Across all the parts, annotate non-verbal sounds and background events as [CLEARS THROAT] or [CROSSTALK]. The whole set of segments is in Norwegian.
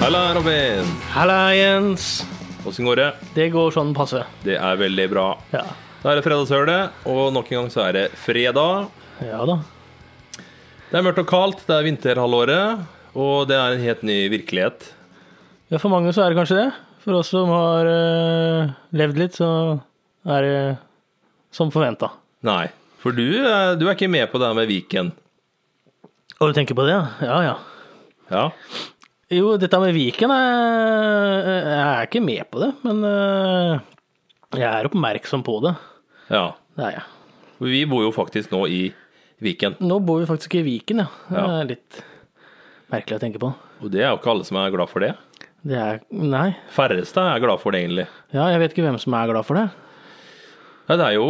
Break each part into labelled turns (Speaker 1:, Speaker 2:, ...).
Speaker 1: Halla, Robin.
Speaker 2: Halla, Jens.
Speaker 1: Åssen går det?
Speaker 2: Det går sånn passe.
Speaker 1: Det er veldig bra.
Speaker 2: Ja.
Speaker 1: Da er det fredagshølet, og nok en gang så er det fredag.
Speaker 2: ja da.
Speaker 1: Det er mørkt og kaldt, det er vinterhalvåret, og det er en helt ny virkelighet.
Speaker 2: Ja, for mange så er det kanskje det. For oss som har eh, levd litt, så er det som forventa.
Speaker 1: Nei, for du, eh, du er ikke med på det her med Viken.
Speaker 2: Og du tenker på det, ja? Ja ja.
Speaker 1: Ja,
Speaker 2: Jo, dette med Viken er Jeg er ikke med på det, men eh, jeg er oppmerksom på det.
Speaker 1: ja.
Speaker 2: Det er jeg.
Speaker 1: Vi bor jo faktisk nå i Viken,
Speaker 2: Nå bor vi faktisk i Viken, ja. Det
Speaker 1: Ja.
Speaker 2: er litt merkelig å tenke på.
Speaker 1: og det er jo ikke alle som er glad for det.
Speaker 2: Det er Nei.
Speaker 1: Færreste er glad for det, egentlig.
Speaker 2: Ja, jeg vet ikke hvem som er glad for det.
Speaker 1: Nei, det er jo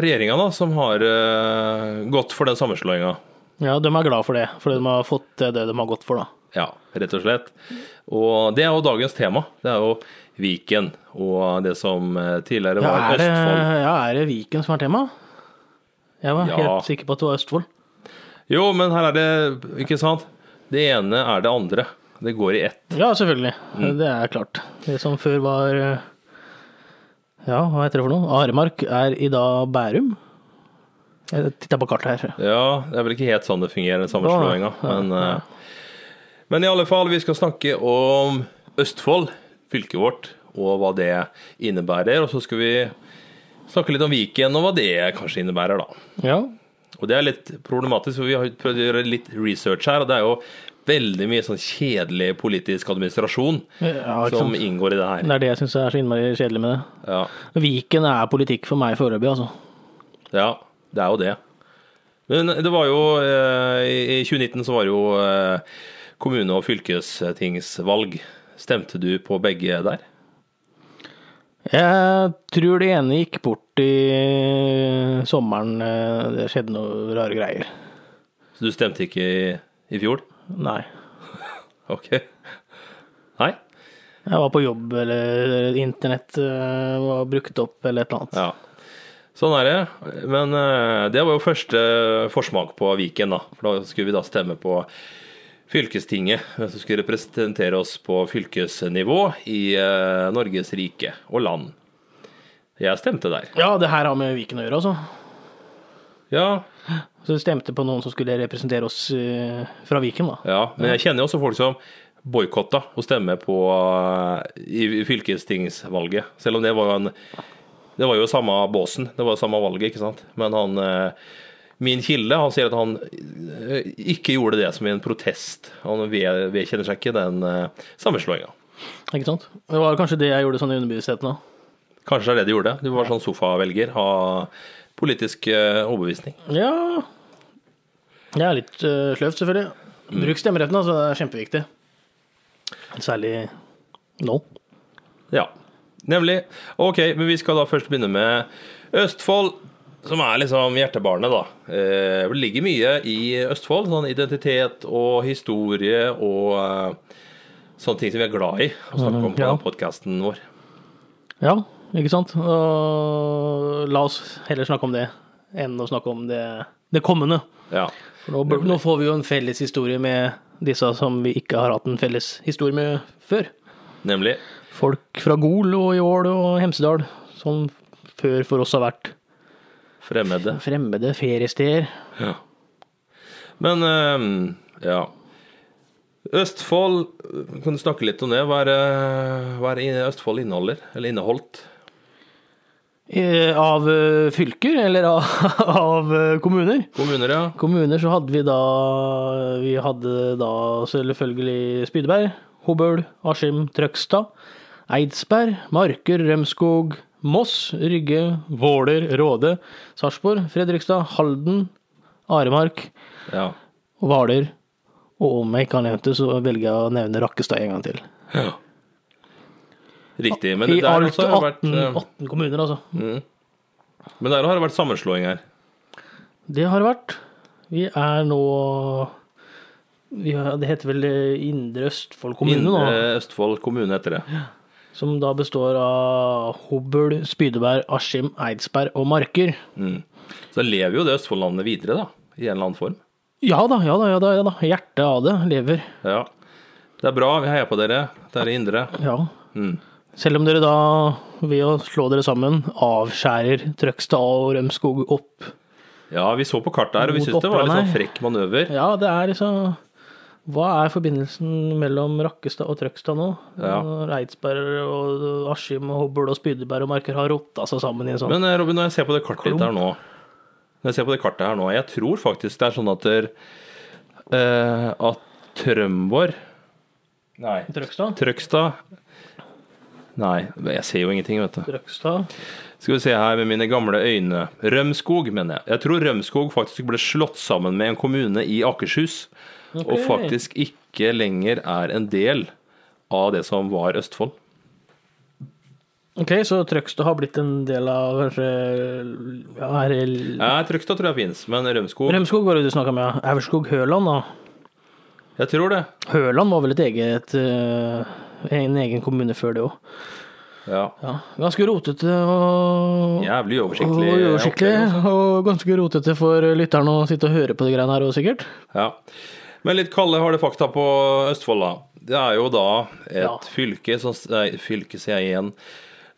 Speaker 1: regjeringa da, som har eh, gått for den sammenslåinga.
Speaker 2: Ja, de er glad for det, fordi de har fått det de har gått for, da.
Speaker 1: Ja, rett og slett. Og det er jo dagens tema. Det er jo Viken og det som eh, tidligere
Speaker 2: Ja,
Speaker 1: var
Speaker 2: er det,
Speaker 1: Østfold.
Speaker 2: ja, er det Viken som er tema? Jeg var
Speaker 1: Ja.
Speaker 2: helt sikker på at det var Østfold.
Speaker 1: Jo, men her er det Ikke sant? Det ene er det andre. Det går i ett.
Speaker 2: Ja, selvfølgelig.
Speaker 1: Mm.
Speaker 2: Det er klart. Det som før var eh, Ja, hva heter det for noe? Aremark er i dag Bærum. Jeg titta på kartet her.
Speaker 1: Ja, det er vel ikke helt sånn det fungerer, den sammenslåinga.
Speaker 2: Ja, ja,
Speaker 1: Men, eh, men i alle fall, vi skal snakke om Østfold, fylket vårt, og hva det innebærer. Og så skal vi snakke litt om Viken, og hva det kanskje innebærer, da.
Speaker 2: Ja.
Speaker 1: Og det er litt problematisk, for vi har prøvd å gjøre litt research her, og det er jo veldig mye sånn kjedelig politisk administrasjon
Speaker 2: ja ikke
Speaker 1: som
Speaker 2: sant?
Speaker 1: inngår i det her.
Speaker 2: Det er det jeg syns er så innmari kjedelig med det.
Speaker 1: Ja,
Speaker 2: Viken er politikk for meg foreløpig, altså.
Speaker 1: ja, det er jo det. Men det var jo eh, I i 2019 så var det jo eh, kommune- og fylkestingsvalg. Stemte du på begge der?
Speaker 2: Jeg tror det ene gikk bort i sommeren. eh, Det skjedde noe rare greier.
Speaker 1: Så du stemte ikke i, i fjor?
Speaker 2: Nei.
Speaker 1: Ok. Nei?
Speaker 2: Jeg var på jobb, eller internett eh, var brukt opp, eller et eller annet.
Speaker 1: Ja. Sånn er det. Men eh, det var jo første forsmak på Viken, da. For da skulle vi da stemme på fylkestinget, hvem som skulle representere oss på fylkesnivå i eh, Norges rike og land. Jeg stemte der.
Speaker 2: Ja. det her har med Viken å gjøre, altså.
Speaker 1: Ja,
Speaker 2: Så jeg stemte på noen som skulle representere oss eh, fra Viken, da.
Speaker 1: ja. Men jeg kjenner jo også folk som boikotta å stemme på eh, i fylkestingsvalget. Selv om det var jo en Det var jo samme båsen, det var jo samme valget, ikke sant. Men han eh, Min kilde han sier at han eh, ikke gjorde det som en protest. Han ved- vedkjenner seg ikke den eh, sammenslåinga.
Speaker 2: Ikke sant? Det var kanskje det jeg gjorde sånn i underbevisstheten òg.
Speaker 1: Kanskje det er det du gjorde? Du var sånn sofavelger av politisk eh, overbevisning.
Speaker 2: Ja Det er litt eh, sløvt, selvfølgelig. Bruk stemmeretten, altså. Det er kjempeviktig. Særlig nå.
Speaker 1: Ja, nemlig. Ok, men vi skal da først begynne med Østfold, som er liksom hjertebarnet, da. Eh, Det ligger mye i Østfold, sånn identitet og historie og eh, sånne ting som vi er glad i å snakke om på
Speaker 2: Ja.
Speaker 1: denne podkasten vår.
Speaker 2: Ja, ikke sant? Og la oss heller snakke om det enn å snakke om det, det kommende.
Speaker 1: Ja.
Speaker 2: For Nå, nå får vi jo en felles historie med disse som vi ikke har hatt en felles historie med før.
Speaker 1: Nemlig.
Speaker 2: Folk fra Gol og Jål og Hemsedal, som før for oss har vært
Speaker 1: Fremmede.
Speaker 2: fremmede feriesteder.
Speaker 1: Ja. Men ehm, ja. Østfold, kan du snakke litt om det? Hva er, eh, hva er i- Østfold inneholder? Eller inneholdt?
Speaker 2: Eh, Av eh, fylker, eller av, [LAUGHS] av eh, kommuner.
Speaker 1: Kommuner, ja.
Speaker 2: Kommuner så hadde vi da Vi hadde da selvfølgelig Spydeberg, Hobøl, Askim, Trøgstad, Eidsberg, Marker, Rømskog, Moss, Rygge, Våler, Råde, Sarpsborg, Fredrikstad, Halden, Aremark,
Speaker 1: ja.
Speaker 2: Hvaler. Og om jeg ikke har nevnt det, så velger jeg å nevne Rakkestad en gang til.
Speaker 1: Ja. Riktig. Men
Speaker 2: I
Speaker 1: der,
Speaker 2: alt
Speaker 1: også har det
Speaker 2: 18,
Speaker 1: vært, eh, mm.
Speaker 2: 18 kommuner, altså.
Speaker 1: men der har det vært sammenslåing her.
Speaker 2: Det har det vært. Vi er nå vi har, Det heter vel eh, Indre Østfold kommune nå?
Speaker 1: Indre Østfold kommune heter det.
Speaker 2: Som da består av Hobøl, Spydeberg, Askim, Eidsberg og Marker.
Speaker 1: Mm. Så lever jo det Østfoldlandet videre, da. I en eller annen form.
Speaker 2: Ja da, ja da, ja da. ja da. Hjertet av det lever.
Speaker 1: Ja. Det er bra, vi heier på dere der i indre.
Speaker 2: Ja.
Speaker 1: Mm.
Speaker 2: Selv om dere da, ved å slå dere sammen, avskjærer Trøgstad og Rømskog opp.
Speaker 1: Ja, vi så på kartet her, og vi
Speaker 2: Mot
Speaker 1: syntes det var litt sånn
Speaker 2: Oppland her.
Speaker 1: frekk manøver.
Speaker 2: Ja, det er liksom Hva er forbindelsen mellom Rakkestad og Trøgstad nå?
Speaker 1: Ja.
Speaker 2: Når Eidsberg og Askim og Hobøl og Spydeberg og Marker har rotta seg sammen i en sånn
Speaker 1: Men eh, Robin, når jeg ser på det kartet ditt her nå Når jeg ser på det kartet her nå, jeg tror faktisk det er sånn at der, eh, at Trømborg Nei.
Speaker 2: Trøgstad?
Speaker 1: Trøgstad Nei, jeg ser jo ingenting, vet du.
Speaker 2: Trøgstad.
Speaker 1: Skal vi se her med mine gamle øyne. Rømskog, mener jeg. Jeg tror Rømskog faktisk ble slått sammen med en kommune i Akershus, og
Speaker 2: Ok.
Speaker 1: faktisk ikke lenger er en del av det som var Østfold.
Speaker 2: Ok, så Trøgstad har blitt en del av kanskje ja, er det-
Speaker 1: Eh, Trøgstad tror jeg fins, men Rømskog
Speaker 2: Rømskog var det du snakka med, ja. Aurskog Høland, da.
Speaker 1: Jeg tror det.
Speaker 2: Høland var vel et eget eh, en egen kommune før det òg.
Speaker 1: Ja.
Speaker 2: Ja. Ganske rotete og
Speaker 1: Jævlig
Speaker 2: og
Speaker 1: oversiktlig.
Speaker 2: uoversiktlig,
Speaker 1: opplegg, altså.
Speaker 2: og ganske rotete for lytteren å sitte og høre på de greiene her òg, sikkert.
Speaker 1: Ja. Men litt kalde har det fakta på Østfold, da. Det er jo da et
Speaker 2: Ja.
Speaker 1: fylke som nei, Fylke, sier jeg igjen.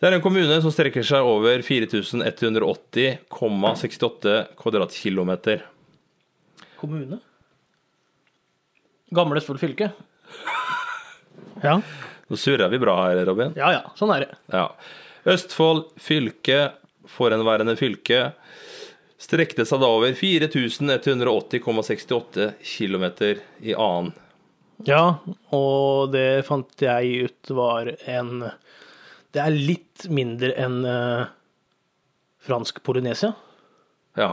Speaker 1: Det er en kommune som strekker seg over 4180,68 kvadratkilometer.
Speaker 2: Kommune? Gamle Østfold [LAUGHS] fylke? Ja.
Speaker 1: Nå surrer vi bra her, Robin.
Speaker 2: ja ja, sånn er det.
Speaker 1: Ja. Østfold fylke, forhenværende fylke, strekte seg da over 4180,68 km i annen.
Speaker 2: Ja, og det fant jeg ut var en Det er litt mindre enn eh, fransk Polynesia,
Speaker 1: Ja.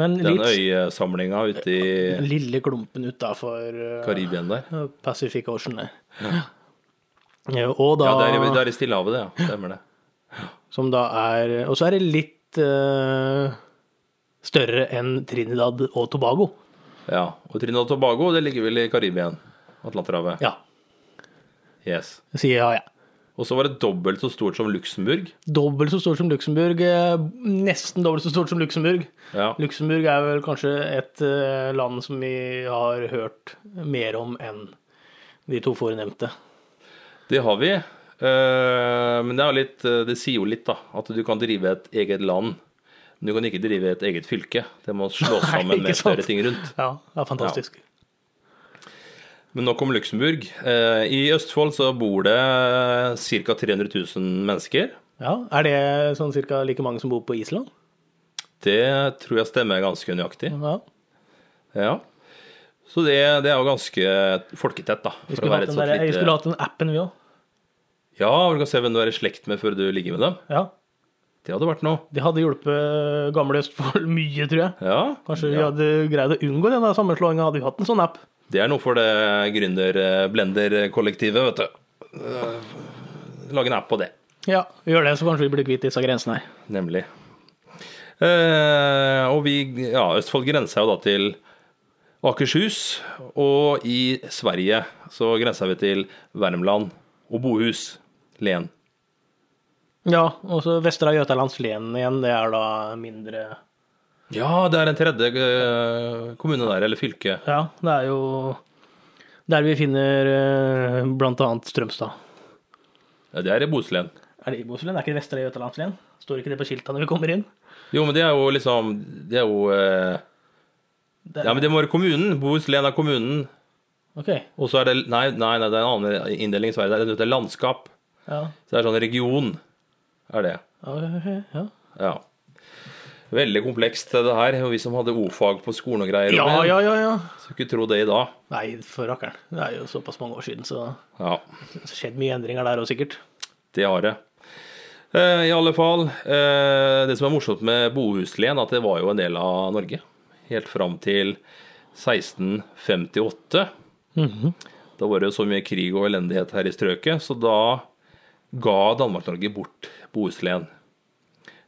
Speaker 2: men
Speaker 1: Den
Speaker 2: litt
Speaker 1: øyesamlinga ute i
Speaker 2: Den lille klumpen utafor
Speaker 1: Karibien der.
Speaker 2: eh, Pacific Ocean. der. Ja, og da,
Speaker 1: Ja, det er, i- det er i Stillehavet, det. ja. Stemmer det.
Speaker 2: Som da er Og så er det litt eh, større enn Trinidad og Tobago.
Speaker 1: Ja. Og Trinidad og Tobago, det ligger vel i Karibien? Atlanterhavet.
Speaker 2: Ja,
Speaker 1: Yes.
Speaker 2: sier ja, ja.
Speaker 1: Og så var det dobbelt så stort som Luxembourg.
Speaker 2: Dobbelt så stort som Luxembourg. eh, Nesten dobbelt så stort som Luxembourg.
Speaker 1: Ja.
Speaker 2: Luxembourg er vel kanskje et eh, land som vi har hørt mer om enn de to forenevnte.
Speaker 1: Det har vi. Eh, Men det, er jo litt, eh, det sier jo litt, da. At du kan drive et eget land. Men du kan ikke drive et eget fylke. Det må slås
Speaker 2: [LAUGHS] Nei,
Speaker 1: sammen med
Speaker 2: ikke sant.
Speaker 1: større ting rundt.
Speaker 2: Ja, det er fantastisk.
Speaker 1: Men nok om Luxembourg. Eh, I Østfold så bor det ca. 300 000 mennesker.
Speaker 2: Ja, Er det sånn cirka like mange som bor på Island?
Speaker 1: Det tror jeg stemmer ganske nøyaktig.
Speaker 2: Ja.
Speaker 1: Ja. Så det, det er jo ganske folketett, da. for å
Speaker 2: Vi skulle,
Speaker 1: være et
Speaker 2: hatt den,
Speaker 1: sånt
Speaker 2: der, vi
Speaker 1: lite-
Speaker 2: skulle hatt den appen, vi òg.
Speaker 1: Ja, du kan se hvem du er i slekt med før du ligger med dem.
Speaker 2: Ja.
Speaker 1: Det hadde vært noe.
Speaker 2: Det hadde hjulpet gamle Østfold [LAUGHS] mye, tror jeg.
Speaker 1: Ja,
Speaker 2: Kanskje vi
Speaker 1: ja.
Speaker 2: hadde greid å unngå den sammenslåinga, hadde vi hatt en sånn app.
Speaker 1: Det er noe for det gründer-blender-kollektivet, vet du. Eh, Lage en app på det,
Speaker 2: Ja, gjør det, så kanskje vi blir kvitt disse grensene her.
Speaker 1: nemlig. Eh, og vi Ja, Østfold grenser jo da til Akershus, og i Sverige så grenser vi til Värmland og Bohus. Len.
Speaker 2: Ja, og så Vestre Jøtalandslen igjen, det er da mindre
Speaker 1: Ja, det er en tredje eh, kommune der, eller fylke.
Speaker 2: Ja, det er jo der vi finner eh, blant annet Strømstad.
Speaker 1: Ja, Det er i Bohuslän.
Speaker 2: Er det Iboslen? Er ikke det Vestre Jøtalandslen? Står ikke det på skilta når vi kommer inn?
Speaker 1: Jo, men det er jo liksom Det er jo eh,
Speaker 2: Det er,
Speaker 1: Ja, men det må være kommunen. Bohuslän er kommunen.
Speaker 2: Ok.
Speaker 1: Og så er det Nei, nei, nei det er en annen inndeling i Sverige. Det er, det er landskap.
Speaker 2: Ja.
Speaker 1: Så det er sånn region, er det.
Speaker 2: ok, ja.
Speaker 1: Ja. Veldig komplekst, det her. Og vi som hadde O-fag på skolen og greier.
Speaker 2: ja,
Speaker 1: Robin,
Speaker 2: ja, ja, ja.
Speaker 1: Skulle ikke tro det i dag.
Speaker 2: Nei, for rakkeren. Det er jo såpass mange år siden, så
Speaker 1: Ja,
Speaker 2: Det har skjedd mye endringer der òg, sikkert.
Speaker 1: det har det. Eh, I alle fall, eh, det som er morsomt med Bohuslän, at det var jo en del av Norge. Helt fram til 1658. Da var det jo så mye krig og elendighet her i strøket, så da ga Danmark-Norge bort Bohuslän.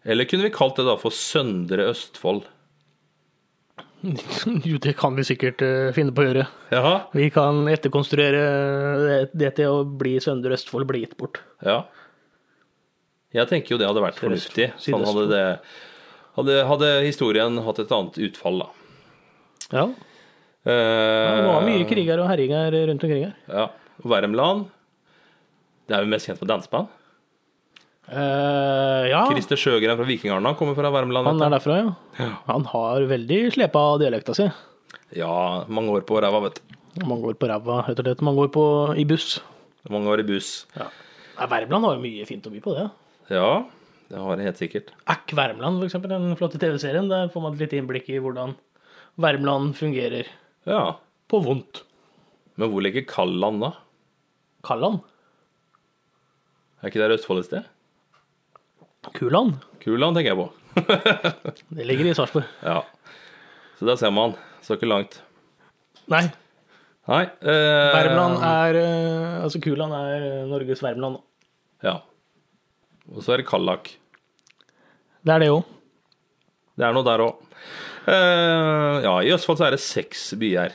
Speaker 1: Eller kunne vi kalt det da for Søndre Østfold?
Speaker 2: [LAUGHS] Jo, det kan vi sikkert eh, finne på å gjøre.
Speaker 1: Jaha,
Speaker 2: Vi kan etterkonstruere det- det til å bli Søndre Østfold blir gitt bort.
Speaker 1: ja. Jeg tenker jo det hadde vært
Speaker 2: Sydøst-
Speaker 1: fornuftig. Sånn hadde, det, hadde, hadde historien hatt et annet utfall, da.
Speaker 2: Ja. Ja,
Speaker 1: Eh,
Speaker 2: det var mye kriger og herjinger rundt omkring her.
Speaker 1: Ja. Värmland. Det er jo mest kjent for danseband.
Speaker 2: Eh, ja,
Speaker 1: Christer Sjøgren fra Vikingarna kommer fra Värmland.
Speaker 2: han
Speaker 1: vet
Speaker 2: er derfra, ja. Han har veldig slepa dialekta si.
Speaker 1: du. Ja, mange år på ræva, vet du.
Speaker 2: Mange år på ræva, heter det. Mange år på, i buss.
Speaker 1: Mange år i buss.
Speaker 2: Nei, Värmland har jo mye fint å by på, det.
Speaker 1: Ja, det har jeg helt sikkert.
Speaker 2: Ack Värmland, f.eks. Den flotte TV-serien. Der får man et lite innblikk i hvordan Värmland fungerer.
Speaker 1: Ja.
Speaker 2: På vondt.
Speaker 1: Men hvor ligger Kalland da?
Speaker 2: Kalland.
Speaker 1: Er ikke det Østfold et sted?
Speaker 2: Kuland.
Speaker 1: Kuland tenker jeg på.
Speaker 2: Det ligger i Sarpsborg.
Speaker 1: Ja. Så der ser man. Så ikke langt.
Speaker 2: Nei,
Speaker 1: Nei. Eh,
Speaker 2: Värmland er eh, Altså, Kuland er eh, Norges Värmland.
Speaker 1: Ja. Og så er det Kallak.
Speaker 2: Det er det òg.
Speaker 1: Det er noe der òg. Eh, ja, i Østfold så er det seks byer.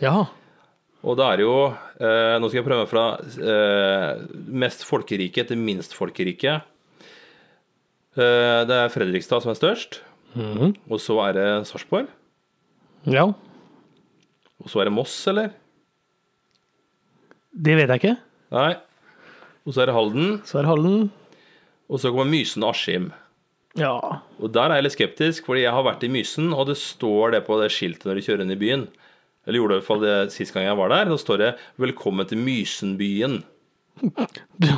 Speaker 2: Ja.
Speaker 1: Og det er jo eh, Nå skal jeg prøve fra eh, mest folkerike til minst folkerike. Eh, det er Fredrikstad som er størst.
Speaker 2: Mhm.
Speaker 1: Og så er det Sarpsborg.
Speaker 2: ja.
Speaker 1: Og så er det Moss, eller?
Speaker 2: Det vet jeg ikke.
Speaker 1: Nei. Og så er det Halden.
Speaker 2: Så er Hallen.
Speaker 1: Og så kommer Mysen og Askim.
Speaker 2: Ja.
Speaker 1: Og der er jeg litt skeptisk, fordi jeg har vært i Mysen, og det står det på det skiltet når du kjører inn i byen. Eller gjorde det i hvert fall det sist gang jeg var der. Da står det 'Velkommen til Mysenbyen'.
Speaker 2: Du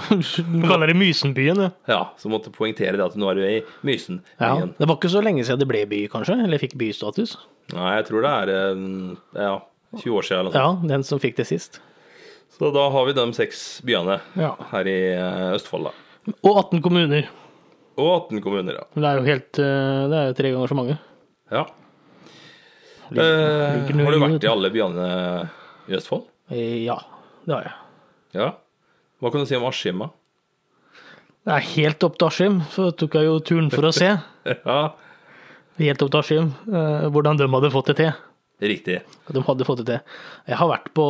Speaker 2: kaller det Mysenbyen, ja.
Speaker 1: Ja, så måtte jeg poengtere det at nå er du i
Speaker 2: ja.
Speaker 1: Mysenbyen.
Speaker 2: Det var ikke så lenge siden det ble by, kanskje? Eller fikk bystatus?
Speaker 1: Nei, jeg tror det er eh, ja, 20 år siden eller noe sånt.
Speaker 2: Ja, den som fikk det sist.
Speaker 1: Så da har vi de seks byene
Speaker 2: Ja.
Speaker 1: her i eh, Østfold, da.
Speaker 2: Og 18 kommuner.
Speaker 1: Og 18 kommuner, ja.
Speaker 2: Men Det er jo helt eh, Det er jo tre ganger så mange.
Speaker 1: ja.
Speaker 2: Ligger-
Speaker 1: Eh,
Speaker 2: ligger noe
Speaker 1: har du
Speaker 2: i
Speaker 1: vært
Speaker 2: det.
Speaker 1: i alle byene i Østfold?
Speaker 2: Eh, Ja, det har jeg.
Speaker 1: Ja. Hva kan du si om Askim, da? [LAUGHS]
Speaker 2: Det er helt opp til Askim, så tok jeg jo turen for å se.
Speaker 1: Ja,
Speaker 2: Helt opp til Askim, eh, hvordan de hadde fått det til.
Speaker 1: riktig.
Speaker 2: De hadde fått det til. Jeg har vært på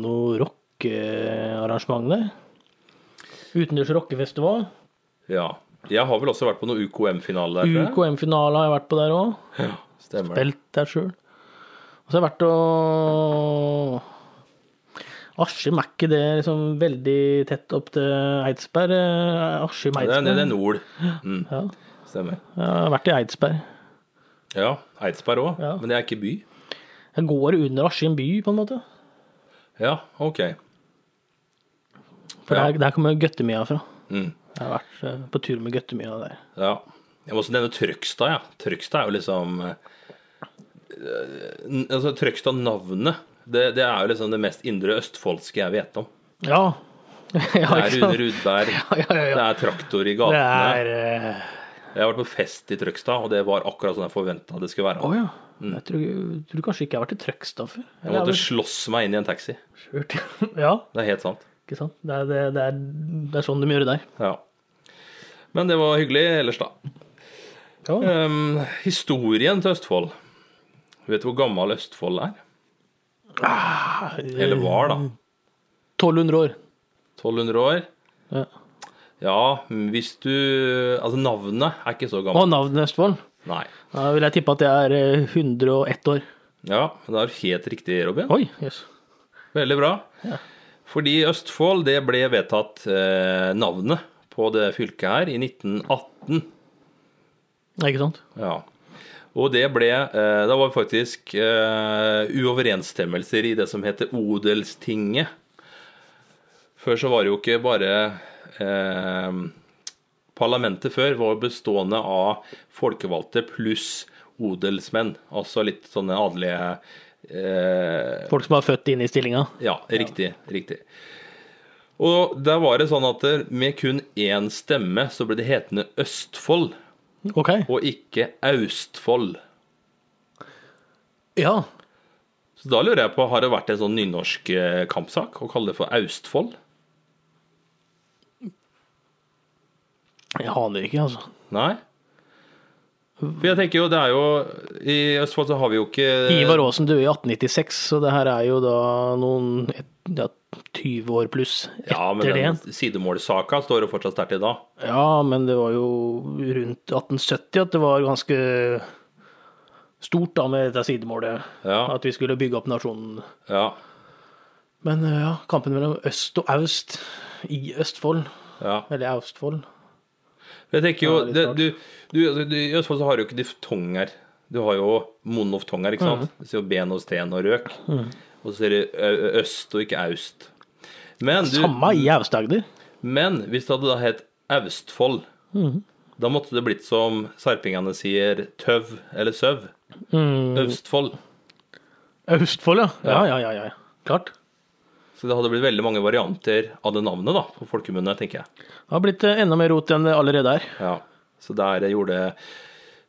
Speaker 2: noe rockearrangement der. Utendørs rockefestival.
Speaker 1: Ja. Jeg har vel også vært på noen UKM-finale. tror jeg.
Speaker 2: UKM-finale har jeg vært på der òg.
Speaker 1: Stemmer. det.
Speaker 2: Spilt der sjøl. Og så har jeg vært og Askim er ikke det liksom veldig tett opp til Eidsberg? eh, Askim
Speaker 1: Det er, det er
Speaker 2: Eidsberg.
Speaker 1: nord. Mm,
Speaker 2: Ja,
Speaker 1: stemmer.
Speaker 2: jeg har vært i Eidsberg.
Speaker 1: Ja, Eidsberg òg,
Speaker 2: Ja.
Speaker 1: men det er ikke by.
Speaker 2: Jeg går under Askim by, på en måte.
Speaker 1: Ja, OK.
Speaker 2: For
Speaker 1: Ja.
Speaker 2: der, der kommer Gøttemia fra.
Speaker 1: Mm.
Speaker 2: Jeg har vært eh, på tur med Gøttemia der.
Speaker 1: Ja. Jeg må også nevne Trøgstad, ja. Trøgstad er jo liksom eh, n- altså, Trøgstad-navnet, det, det er jo liksom det mest indre østfoldske jeg vet om.
Speaker 2: Ja. [LAUGHS]
Speaker 1: Det
Speaker 2: ja
Speaker 1: er
Speaker 2: ikke
Speaker 1: Rune
Speaker 2: sant?
Speaker 1: Rudberg,
Speaker 2: [LAUGHS] Ja, ja, ja,
Speaker 1: det
Speaker 2: ja.
Speaker 1: er traktor i
Speaker 2: Det
Speaker 1: gatene.
Speaker 2: er eh,
Speaker 1: Jeg har vært på fest i Trøgstad, og det var akkurat sånn jeg forventa det skulle
Speaker 2: Å
Speaker 1: være.
Speaker 2: ja. Jeg tror, tror kanskje ikke jeg har vært i Trøgstad før.
Speaker 1: Jeg Mm. måtte slåss meg inn i en taxi.
Speaker 2: skjørt. [LAUGHS] Ja,
Speaker 1: Det er helt sant.
Speaker 2: ikke sant. Det er, det, det er, det er sånn de gjør det der.
Speaker 1: Ja. Men det var hyggelig ellers, da.
Speaker 2: Ja.
Speaker 1: Ehm, historien til Østfold. Vet du hvor gammel Østfold er?
Speaker 2: Ah,
Speaker 1: Eller var, da.
Speaker 2: mm. 1200 år.
Speaker 1: 1200 år?
Speaker 2: Ja.
Speaker 1: Ja, hvis du Altså, navnet er ikke så
Speaker 2: Og
Speaker 1: gammelt.
Speaker 2: navnet Østfold.
Speaker 1: Nei.
Speaker 2: Da vil jeg tippe at jeg er eh, 101 år.
Speaker 1: Ja, men det er helt riktig, Robin.
Speaker 2: Oi, jøss.
Speaker 1: Veldig bra. Fordi Østfold, det ble vedtatt eh, navnet på det fylket her i 1918.
Speaker 2: Ja, Ikke sant?
Speaker 1: Ja. Og det ble eh, Det var faktisk eh, uoverensstemmelser i det som heter Odelstinget. Før så var det jo ikke bare eh, Parlamentet før var bestående av folkevalgte pluss odelsmenn. Altså litt sånne adelige eh,
Speaker 2: Folk som er født inn i stillinga.
Speaker 1: ja, riktig. Riktig. Og der var det sånn at det- med kun én stemme så ble det hetende Østfold,
Speaker 2: OK.
Speaker 1: og ikke Austfold.
Speaker 2: Ja.
Speaker 1: Så da lurer jeg på, har det vært en sånn nynorsk eh, kampsak å kalle det for Austfold?
Speaker 2: Jeg aner ikke, altså.
Speaker 1: Nei? For jeg tenker jo, det er jo I Østfold så har vi jo ikke
Speaker 2: Ivar Aasen døde i 1896, så det her er jo da noen et, ja, 20 år pluss etter
Speaker 1: Ja, men
Speaker 2: det.
Speaker 1: den sidemålsaka står jo fortsatt sterkt i dag.
Speaker 2: Ja, men det var jo rundt 1870 at det var ganske stort da med dette sidemålet,
Speaker 1: Ja.
Speaker 2: at vi skulle bygge opp nasjonen.
Speaker 1: Ja.
Speaker 2: Men eh, ja, kampen mellom øst og aust i Østfold,
Speaker 1: ja.
Speaker 2: eller Austfold
Speaker 1: Jeg tenker jo,
Speaker 2: Ja, litt
Speaker 1: det,
Speaker 2: rart.
Speaker 1: du, du, altså, du, I Østfold så har du jo ikke diftonger. Du har jo monoftonger, ikke
Speaker 2: Mm.
Speaker 1: sant? Så jo ben og sten og røk. Og så er det ø- øst og ikke aust. Men, du,
Speaker 2: Samme i Aust-Agder.
Speaker 1: men hvis det hadde da hett Austfold, da måtte det blitt som sarpingene sier tøv eller søv. Østfold.
Speaker 2: Østfold, ja. Ja, ja, ja. ja. Klart.
Speaker 1: Så det hadde blitt veldig mange varianter av det navnet, da, på folkemunne, tenker jeg.
Speaker 2: Det har blitt eh, enda mer rot enn det allerede er.
Speaker 1: Ja. Så der gjorde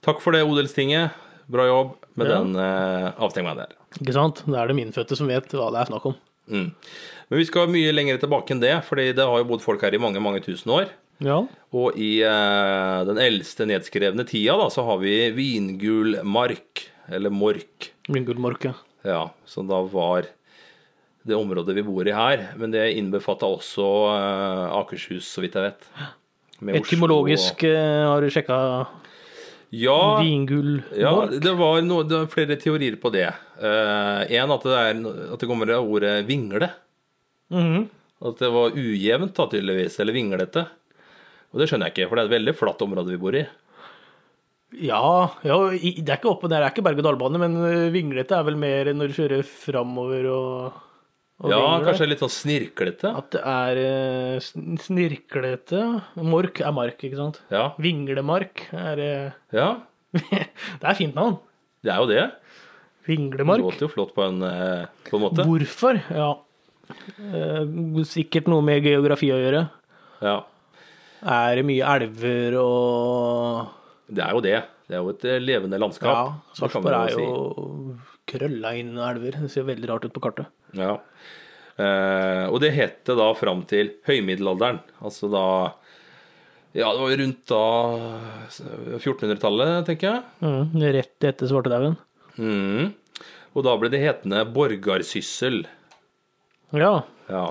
Speaker 1: Takk for det, Odelstinget. Bra jobb med
Speaker 2: Ja.
Speaker 1: den eh, avstemninga der.
Speaker 2: Ikke sant? Da er det innfødte som vet hva det er snakk om.
Speaker 1: Mm. Men vi skal mye lenger tilbake enn det, fordi det har jo bodd folk her i mange, mange tusen år.
Speaker 2: Ja.
Speaker 1: Og i eh, den eldste nedskrevne tida da, så har vi vingulmark, eller mork,
Speaker 2: Lyngulmorke.
Speaker 1: ja, som da var det området vi bor i her. Men det innbefatta også eh, Akershus, så vidt jeg vet. Med Oslo
Speaker 2: Etymologisk eh, har du sjekka
Speaker 1: og- Ja,
Speaker 2: vingulmork?
Speaker 1: Ja, det var, noe, det var flere teorier på det. Eh, en, at det, er, no- at det kommer av ordet vingle.
Speaker 2: Mhm.
Speaker 1: At det var ujevnt, da, tydeligvis. Eller vinglete. Og det skjønner jeg ikke, for det er et veldig flatt område vi bor i.
Speaker 2: Ja, ja i- det er ikke oppe der, det er ikke berg-og-dal-bane, men ø, vinglete er vel mer når du kjører framover og, og
Speaker 1: Ja,
Speaker 2: vingler.
Speaker 1: kanskje litt sånn snirklete.
Speaker 2: At det er ø, sn- snirklete. Mork er mark, ikke sant?
Speaker 1: Ja.
Speaker 2: Vinglemark er ø,
Speaker 1: ja,
Speaker 2: [LAUGHS] Det er fint navn.
Speaker 1: det er jo det. Det
Speaker 2: Vinglemark.
Speaker 1: låter jo flott på en, eh, på en måte.
Speaker 2: Hvorfor? Ja. Eh, Sikkert noe med geografi å gjøre.
Speaker 1: Ja,
Speaker 2: Er det mye elver og
Speaker 1: det er jo det. Det er jo et eh, levende landskap.
Speaker 2: Ja,
Speaker 1: det kan man
Speaker 2: Sarpsborg er
Speaker 1: si.
Speaker 2: jo krølla inn av elver. Det ser veldig rart ut på kartet.
Speaker 1: Ja. Eh, og det het det da fram til høymiddelalderen. Altså da Ja, det var jo rundt da 1400-tallet, tenker jeg.
Speaker 2: Mm, rett etter svartedauden.
Speaker 1: Mhm. Og da ble det hetende borgarsyssel.
Speaker 2: Ja,
Speaker 1: Ja.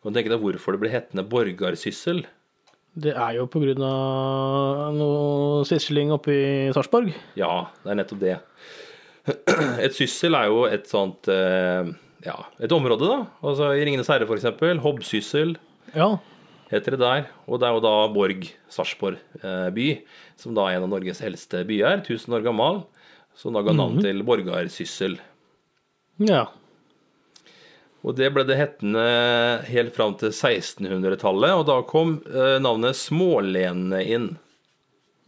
Speaker 1: Kan du tenke deg hvorfor det ble hetende borgarsyssel?
Speaker 2: det er jo på grunn av noe sisling oppe i Sarpsborg.
Speaker 1: Ja, det er nettopp det. [CLEARS THROAT] Et syssel er jo et sånt eh, Ja, et område, da. Altså I Ringenes herre, for eksempel. Hobbsyssel.
Speaker 2: Ja.
Speaker 1: heter det der. Og det er jo da Borg, Sarpsborg eh, by, som da er en av Norges eldste byer, 1000 år gammel, som da ga navn til Borgarsyssel.
Speaker 2: ja.
Speaker 1: Og det ble det hettende helt fram til 1600-tallet, og da kom eh, navnet Smålenene inn.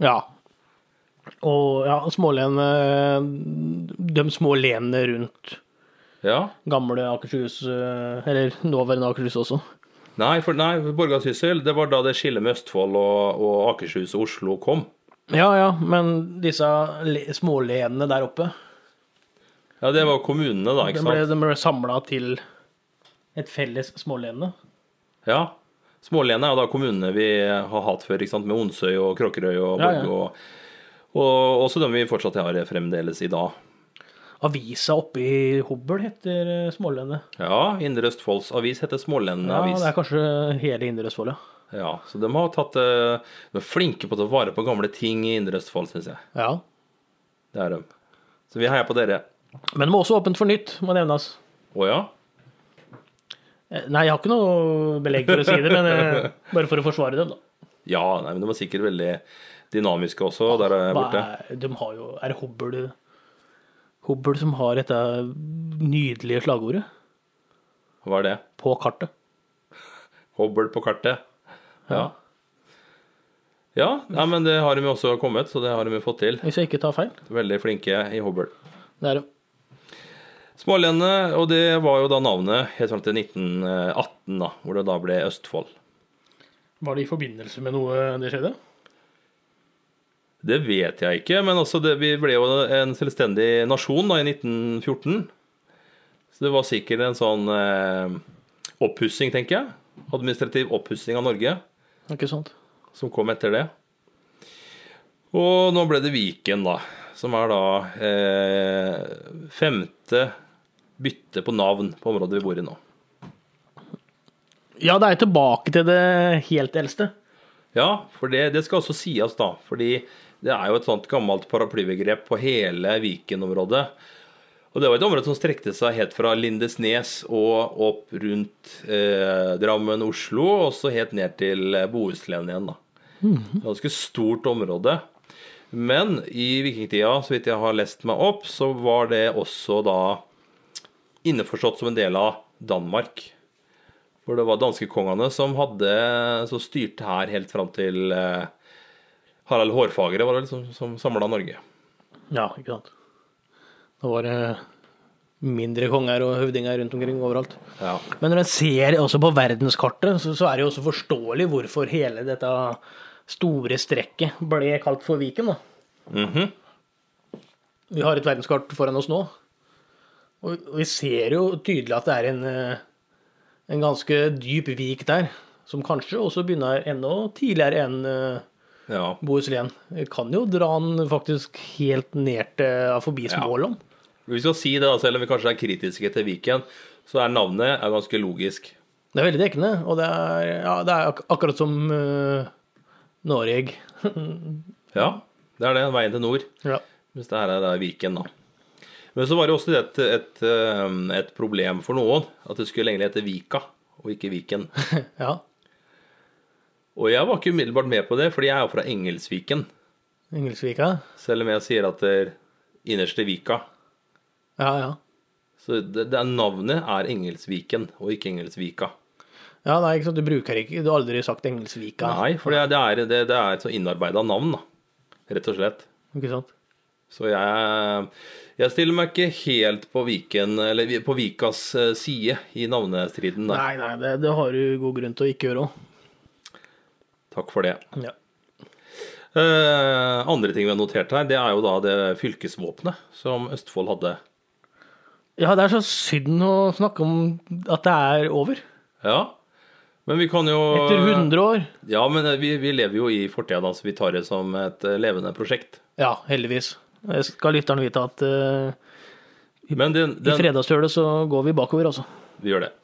Speaker 2: Ja. Og ja, smålenene De små lenene rundt
Speaker 1: Ja.
Speaker 2: gamle Akershus, eh, eller nåværende Akershus også.
Speaker 1: Nei, for nei, Borgarsyssel, det var da det skillet med Østfold og, og Akershus og Oslo kom.
Speaker 2: Ja ja, men disse le- smålenene der oppe,
Speaker 1: Ja, det var kommunene, da,
Speaker 2: de
Speaker 1: ikke
Speaker 2: ble,
Speaker 1: sant?
Speaker 2: de ble samla til et felles smålene.
Speaker 1: Ja. Smålene er jo da kommunene vi har hatt før, ikke sant? med Onsøy og Kråkerøy og
Speaker 2: Ja,
Speaker 1: Borg.
Speaker 2: ja.
Speaker 1: Og, og også dem vi fortsatt har fremdeles i dag.
Speaker 2: Avisa oppe i Hobøl heter eh, Smålene.
Speaker 1: Ja, Indre Østfolds avis heter Smålenene
Speaker 2: Ja,
Speaker 1: avis.
Speaker 2: det er kanskje hele Indre Østfold, ja.
Speaker 1: Ja, så de har tatt eh, De er flinke på å ta vare på gamle ting i Indre Østfold, syns jeg.
Speaker 2: ja.
Speaker 1: Det er de. Så vi heier på dere.
Speaker 2: Men det må også åpent for nytt, må nevnes.
Speaker 1: Å ja?
Speaker 2: Eh, Nei, jeg har ikke noe belegg for å si det, men eh, [LAUGHS] bare for å forsvare dem, da.
Speaker 1: Ja, nei, men de er sikkert veldig dynamiske også der
Speaker 2: Hva
Speaker 1: borte.
Speaker 2: er, de har jo, er det Hobøl Hobøl som har dette nydelige slagordet
Speaker 1: Hva er det?
Speaker 2: på kartet?
Speaker 1: Hobbel på kartet. Ja. Ja, nei, men det har de jo også kommet, så det har de jo fått til.
Speaker 2: Hvis jeg ikke tar feil.
Speaker 1: Veldig flinke i Hobøl.
Speaker 2: Det er de.
Speaker 1: Smålenene, og det var jo da navnet helt fram til 1918, da, hvor det da ble Østfold.
Speaker 2: Var det i forbindelse med noe det skjedde?
Speaker 1: Det vet jeg ikke, men altså det, vi ble jo en selvstendig nasjon da i 1914. Så det var sikkert en sånn eh, oppussing, tenker jeg. Administrativ oppussing av Norge,
Speaker 2: Ikke sant?
Speaker 1: som kom etter det. Og nå ble det Viken, da. Som er da eh, femte bytte på navn på området vi bor i nå.
Speaker 2: Ja, det er tilbake til det helt eldste.
Speaker 1: Ja, for det, det skal også sies, da. Fordi Det er jo et sånt gammelt paraplybegrep på hele Viken-området. Og det var et område som strekte seg helt fra Lindesnes og opp rundt eh, Drammen, Oslo, og så helt ned til eh, Bohuslän igjen, da. Ganske stort område. Men i vikingtida, så vidt jeg har lest meg opp, så var det også da innforstått som en del av Danmark. For det var danskekongene som hadde som styrte her helt fram til eh, Harald Hårfagre var det liksom, som samla Norge.
Speaker 2: Ja, ikke sant. Da var det mindre konger og høvdinger rundt omkring overalt.
Speaker 1: Ja.
Speaker 2: Men når en ser også på verdenskartet, så, så er det jo også forståelig hvorfor hele dette store strekket ble kalt for Viken. da.
Speaker 1: Mhm.
Speaker 2: Vi har et verdenskart foran oss nå, og og vi ser jo tydelig at det er en, eh, en ganske dyp vik der, som kanskje også begynner enda tidligere enn eh,
Speaker 1: ja.
Speaker 2: Bohuslän. Vi kan jo dra den faktisk helt ned til forbi
Speaker 1: Ja.
Speaker 2: Småland.
Speaker 1: Hvis vi skal si det, da, selv om vi kanskje er kritiske til Viken, så er navnet er ganske logisk.
Speaker 2: Det er veldig dekkende, og det er, ja, det er ak akkurat som eh, Norge. [LAUGHS]
Speaker 1: Ja, det er det. Veien til nord.
Speaker 2: Ja. [LAUGHS]
Speaker 1: Hvis det her er da Viken, da. Men så var det også et, et, eh, et problem for noen, at det skulle egentlig hete Vika, og ikke Viken.
Speaker 2: ja.
Speaker 1: Og jeg var ikke umiddelbart med på det, fordi jeg er jo fra Engelsviken.
Speaker 2: Engelsvika.
Speaker 1: Selv om jeg sier at det er innerste Vika.
Speaker 2: Ja, ja.
Speaker 1: Så det, det er navnet er Engelsviken, og ikke Engelsvika.
Speaker 2: Ja, nei, ikke sant, du bruker ikke Du har aldri sagt Engelsvika.
Speaker 1: Nei, for det, er- det, er, det, det er et så innarbeida navn, da. Rett og slett.
Speaker 2: Ikke sant?
Speaker 1: Så jeg, jeg stiller meg ikke helt på, Viken, eller vi- på Vikas eh, side i navnestriden.
Speaker 2: Nei,
Speaker 1: Der.
Speaker 2: nei, det, det har du god grunn til å ikke gjøre òg.
Speaker 1: Takk for det.
Speaker 2: Ja.
Speaker 1: Eh, andre ting vi har notert her, det er jo da det fylkesvåpenet som Østfold hadde.
Speaker 2: ja, det er så synd å snakke om at det er over.
Speaker 1: Ja, men vi kan jo
Speaker 2: Etter 100 år.
Speaker 1: Ja, men vi, vi lever jo i fortida, da, så vi tar det som et eh, levende prosjekt.
Speaker 2: Ja, heldigvis. Jeg skal lytteren vite at eh,
Speaker 1: Men den,
Speaker 2: i
Speaker 1: den,
Speaker 2: fredagshølet så går vi bakover, altså.
Speaker 1: vi gjør det.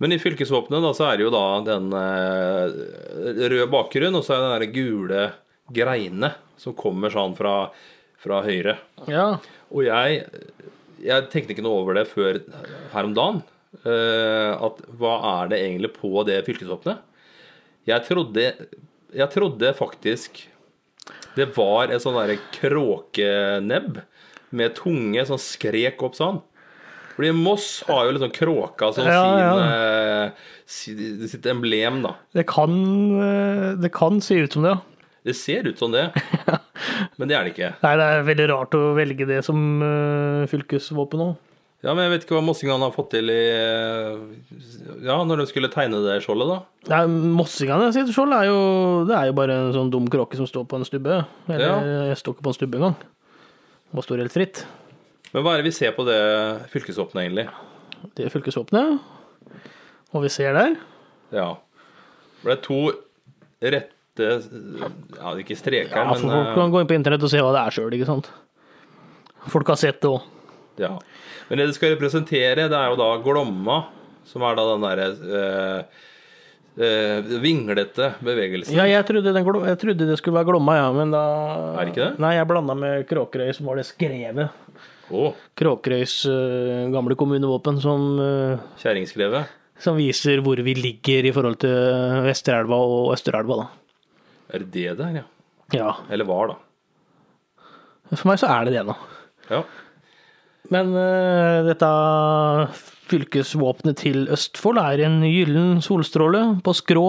Speaker 1: Men i fylkesvåpenet da, så er det jo da den eh, røde bakgrunnen, og så er det den der gule greiene som kommer sånn fra, fra høyre.
Speaker 2: Ja.
Speaker 1: Og jeg, jeg tenkte ikke noe over det før her om dagen. eh, at hva er det egentlig på det fylkesvåpenet? Jeg trodde, jeg trodde faktisk det var et sånn derre kråkenebb med tunge som skrek opp sånn. Fordi Moss har jo liksom kråka som
Speaker 2: Ja, ja.
Speaker 1: sin, eh, si- sitt emblem, da.
Speaker 2: Det kan, eh, det kan se ut som det, ja.
Speaker 1: Det ser ut som
Speaker 2: [LAUGHS]
Speaker 1: det, men det er det ikke.
Speaker 2: Nei, det er veldig rart å velge det som eh, fylkesvåpen òg.
Speaker 1: Ja, men jeg vet ikke hva mossingene har fått til i eh, Ja, når de skulle tegne det skjoldet, da.
Speaker 2: Nei, Mossingene sitt skjold er jo Det er jo bare en sånn dum kråke som står på en stubbe. Eller jeg står ikke på en stubbe engang. Bare står helt fritt.
Speaker 1: Men hva er det vi ser på det fylkesvåpenet, egentlig?
Speaker 2: Det er fylkesvåpenet. Og vi ser der.
Speaker 1: Ja. For det er to rette Ja, ikke streker,
Speaker 2: Ja, for folk
Speaker 1: men eh,
Speaker 2: kan gå inn på internett og se hva det er sjøl, ikke sant. Folk har sett det òg.
Speaker 1: eh, ja. Men det det skal representere, det er jo da Glomma, som er da den derre eh, eh, vinglete bevegelsen.
Speaker 2: Ja, jeg trodde, den, glo- jeg trodde det skulle være Glomma, ja, men da
Speaker 1: Er det ikke det?
Speaker 2: Nei, jeg blanda med Kråkerøy, som var det skrevet.
Speaker 1: Å,
Speaker 2: Kråkerøys eh, gamle kommunevåpen som eh,
Speaker 1: kjerringskrevet.
Speaker 2: Som viser hvor vi ligger i forhold til Vesterelva og Østerelva, da.
Speaker 1: Er det det der, ja?
Speaker 2: Ja.
Speaker 1: Eller var, da.
Speaker 2: For meg så er det det nå.
Speaker 1: Ja.
Speaker 2: Men eh, dette fylkesvåpenet til Østfold er en gyllen solstråle på skrå.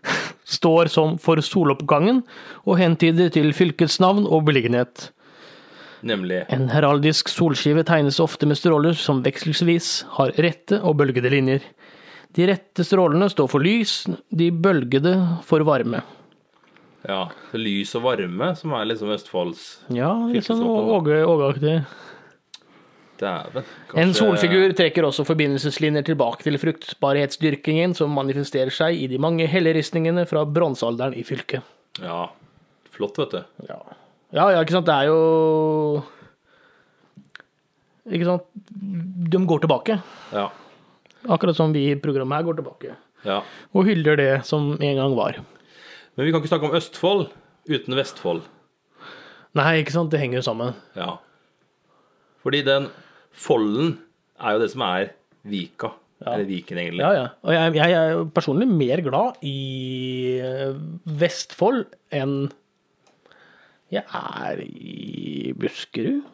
Speaker 2: [LAUGHS] Står som for soloppgangen og hentyder til fylkets navn og beliggenhet.
Speaker 1: Nemlig.
Speaker 2: En heraldisk solskive tegnes ofte med stråler som vekselvis har rette og bølgede linjer. De rette strålene står for lys, de bølgede for varme.
Speaker 1: Ja. Lys og varme, som er liksom Østfolds
Speaker 2: Ja, litt sånn
Speaker 1: Fylkesvåpen,
Speaker 2: Åge- Åge-aktig.
Speaker 1: Dæven. kanskje-
Speaker 2: En solfigur trekker også forbindelseslinjer tilbake til fruktbarhetsdyrkingen som manifesterer seg i de mange helleristningene fra bronsealderen i fylket.
Speaker 1: Ja. Flott, vet du.
Speaker 2: Ja. ja, ja, ikke sant. Det er jo Ikke sant. De går tilbake.
Speaker 1: Ja.
Speaker 2: Akkurat som vi i programmet her går tilbake.
Speaker 1: ja.
Speaker 2: Og hyller det som en gang var.
Speaker 1: Men vi kan ikke snakke om Østfold uten Vestfold.
Speaker 2: Nei, ikke sant? Det henger jo sammen.
Speaker 1: Ja. Fordi den Follen er jo det som er Vika.
Speaker 2: Ja.
Speaker 1: Eller Viken, egentlig.
Speaker 2: Ja, ja. Og jeg, jeg er jo personlig mer glad i eh, Vestfold enn jeg er i Buskerud.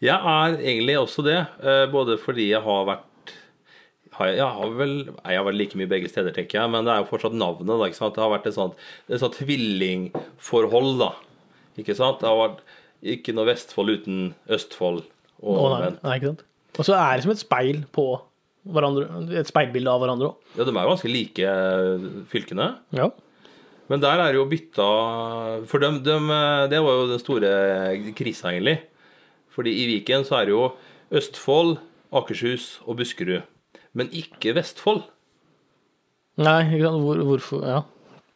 Speaker 1: Jeg er egentlig også det, eh, både fordi jeg har vært har jeg, jeg har vel nei, jeg har vært like mye begge steder, tenker jeg, men det er jo fortsatt navnet. da, ikke sant? Det har vært et sånt, et sånt tvillingforhold, da. Ikke sant? Det har vært ikke noe Vestfold uten Østfold. Og,
Speaker 2: Å, nei,
Speaker 1: men,
Speaker 2: nei, ikke sant? Og så er det som et speil på hverandre, et speilbilde av hverandre òg.
Speaker 1: ja, De er jo ganske like eh, fylkene.
Speaker 2: Ja.
Speaker 1: Men der er det jo bytta For dem, dem, eh, det var jo den store krisa, egentlig. Fordi i Viken så er det jo Østfold, Akershus og Buskerud. Men ikke Vestfold.
Speaker 2: Nei, ikke sant? Hvor, hvorfor Ja.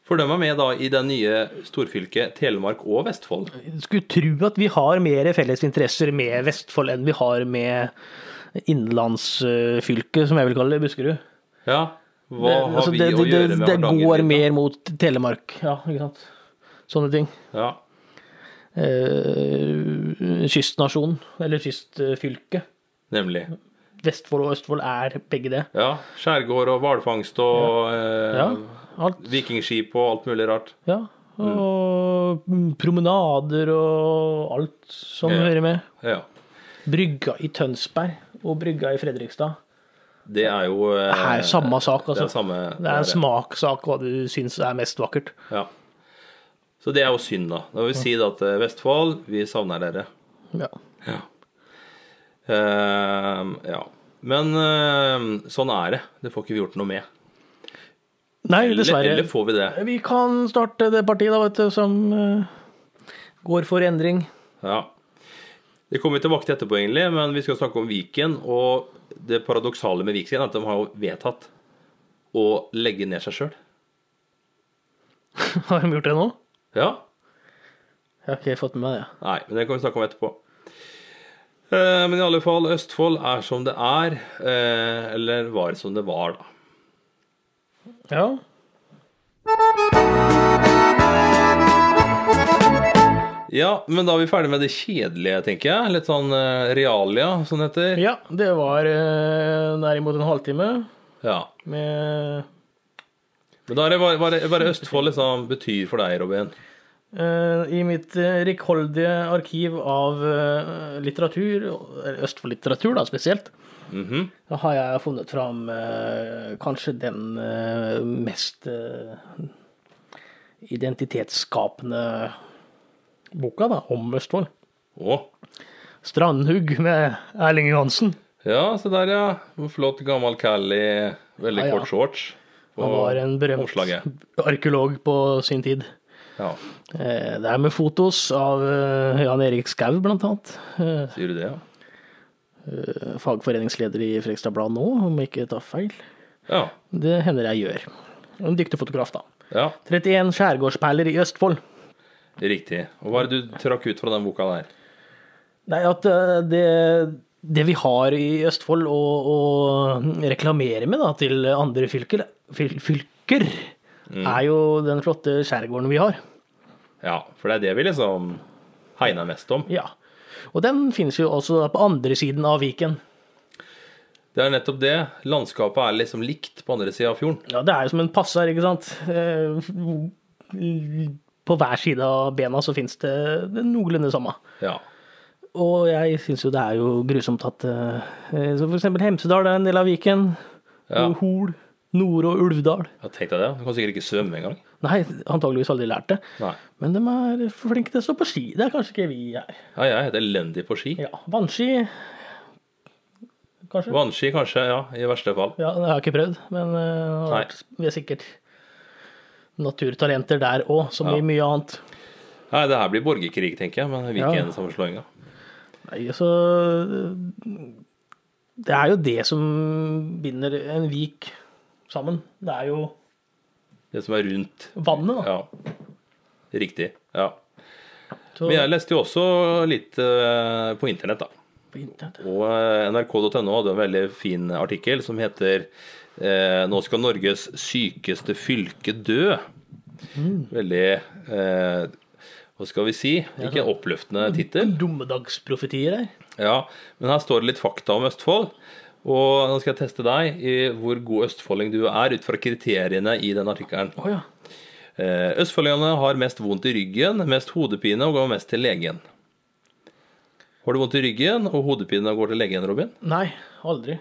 Speaker 1: For de er med da i det nye storfylket Telemark og Vestfold.
Speaker 2: Skulle tro at vi har mer felles interesser med Vestfold enn vi har med innenlandsfylket, som jeg vil kalle det, Buskerud.
Speaker 1: Ja, hva
Speaker 2: Det-
Speaker 1: har
Speaker 2: altså,
Speaker 1: vi
Speaker 2: det,
Speaker 1: å
Speaker 2: det,
Speaker 1: gjøre med
Speaker 2: Det, det
Speaker 1: hverdagen
Speaker 2: går
Speaker 1: din, da?
Speaker 2: mer mot Telemark, ja, ikke sant. Sånne ting.
Speaker 1: Ja.
Speaker 2: Eh, kystnasjon, eller kystfylke.
Speaker 1: Nemlig.
Speaker 2: Vestfold og Østfold er begge det.
Speaker 1: Ja. Skjærgård og hvalfangst og eh,
Speaker 2: Ja, alt.
Speaker 1: vikingskip og alt mulig rart.
Speaker 2: Ja. Og promenader og alt som
Speaker 1: Ja.
Speaker 2: hører med.
Speaker 1: Ja.
Speaker 2: Brygga i Tønsberg og brygga i Fredrikstad.
Speaker 1: Det er jo eh,
Speaker 2: Det er samme sak,
Speaker 1: det
Speaker 2: altså.
Speaker 1: er samme
Speaker 2: Det er en smakssak hva du syns er mest vakkert.
Speaker 1: Ja. Så det er jo synd, da. Da vil vi si da at eh, Vestfold, vi savner dere.
Speaker 2: Ja.
Speaker 1: Eh, ja. Men eh, sånn er det. Det får ikke vi gjort noe med.
Speaker 2: Nei,
Speaker 1: Eller,
Speaker 2: dessverre.
Speaker 1: eller får vi det?
Speaker 2: Vi kan starte det partiet da, vet du, som eh, går for endring. [LAUGHS]
Speaker 1: Ja. Det kommer vi tilbake til etterpå, egentlig, men vi skal snakke om Viken. Og det paradoksale med Viken er at de har jo vedtatt å legge ned seg sjøl.
Speaker 2: Har de gjort det nå?
Speaker 1: Ja?
Speaker 2: Jeg har ikke fått med meg det.
Speaker 1: Nei, men det kan vi snakke om etterpå. Eh, Men i alle fall, Østfold er som det er. eh, Eller var som det var, da.
Speaker 2: Ja.
Speaker 1: Ja, men da er vi ferdig med det kjedelige, tenker jeg. Litt sånn eh, realia, som det heter.
Speaker 2: ja, det var eh, nærmot en halvtime
Speaker 1: Ja.
Speaker 2: med
Speaker 1: Men da er det bare, bare, bare Østfold liksom betyr for deg, Robin.
Speaker 2: Eh, I mitt eh, rikholdige arkiv av eh, litteratur, eller Østfold-litteratur da, spesielt,
Speaker 1: Mhm.
Speaker 2: da har jeg funnet fram eh, kanskje den eh, mest eh, identitetsskapende boka da, om Østfold.
Speaker 1: Å.
Speaker 2: 'Strandhugg' med Erling Johansen.
Speaker 1: Ja, se der, ja. En Flott gammel cal i veldig
Speaker 2: Ja, ja.
Speaker 1: kort shorts.
Speaker 2: Han var en berømt
Speaker 1: omslaget.
Speaker 2: arkeolog på sin tid.
Speaker 1: Ja,
Speaker 2: Eh, Det er med fotos av eh, Jan Erik Skau, blant annet. Eh,
Speaker 1: sier du det, ja?
Speaker 2: eh, fagforeningsleder i Fredrikstad Blad nå, om jeg ikke tar feil.
Speaker 1: Ja.
Speaker 2: Det hender jeg gjør. En dyktig fotograf, da.
Speaker 1: ja.
Speaker 2: 31 skjærgårdsperler i Østfold.
Speaker 1: Riktig. Og hva er det du trakk ut fra den boka der?
Speaker 2: Nei, at eh, det, det vi har i Østfold å, å reklamere med da, til andre fylker, fyl, fylker er jo den flotte skjærgården vi har.
Speaker 1: Ja, for det er det vi liksom hegner mest om.
Speaker 2: Ja. Og den finnes jo også på andre siden av Viken.
Speaker 1: Det er nettopp det. Landskapet er liksom likt på andre sida av fjorden.
Speaker 2: Ja, det er jo som en passer, ikke sant. Eh, På hver side av bena så finnes det det noenlunde samme.
Speaker 1: Ja.
Speaker 2: Og jeg syns jo det er jo grusomt at eh, Så for eksempel Hemsedal er en del av Viken.
Speaker 1: Ja.
Speaker 2: Og Hol, Nord- og Ulvdal.
Speaker 1: ja tenk deg det. Du kan sikkert ikke svømme engang.
Speaker 2: Nei, antageligvis aldri lært det.
Speaker 1: Nei.
Speaker 2: Men de er for flinke til å stå på ski. Det er kanskje ikke vi er.
Speaker 1: Ja, jeg er helt elendig på ski.
Speaker 2: Ja, Vannski, kanskje?
Speaker 1: Vannski kanskje, ja. I verste fall.
Speaker 2: Ja, det har jeg ikke prøvd, men eh,
Speaker 1: Nei.
Speaker 2: vi er sikkert naturtalenter der òg, som
Speaker 1: Ja.
Speaker 2: i mye annet.
Speaker 1: Nei, det her blir borgerkrig, tenker jeg, men Viken-sammenslåinga.
Speaker 2: Nei, altså Det er jo det som binder en vik sammen. Det er jo
Speaker 1: Det som er rundt.
Speaker 2: vannet, da.
Speaker 1: Ja. Riktig. Ja.
Speaker 2: Så-
Speaker 1: Men jeg leste jo også litt eh, på internett, da.
Speaker 2: på internett.
Speaker 1: Og eh, nrk.no hadde en veldig fin artikkel som heter eh, 'Nå skal Norges sykeste fylke dø'. Veldig eh, hva skal vi si, ikke en oppløftende tittel.
Speaker 2: Dommedagsprofetier her.
Speaker 1: Ja, men her står det litt fakta om Østfold. Og nå skal jeg teste deg i hvor god østfolding du er ut fra kriteriene i den artikkelen.
Speaker 2: Å ja.
Speaker 1: Eh, Østfoldingene har mest vondt i ryggen, mest hodepine og går mest til legen. Har du vondt i ryggen og hodepine og går til legen, Robin?
Speaker 2: Nei, aldri. Jeg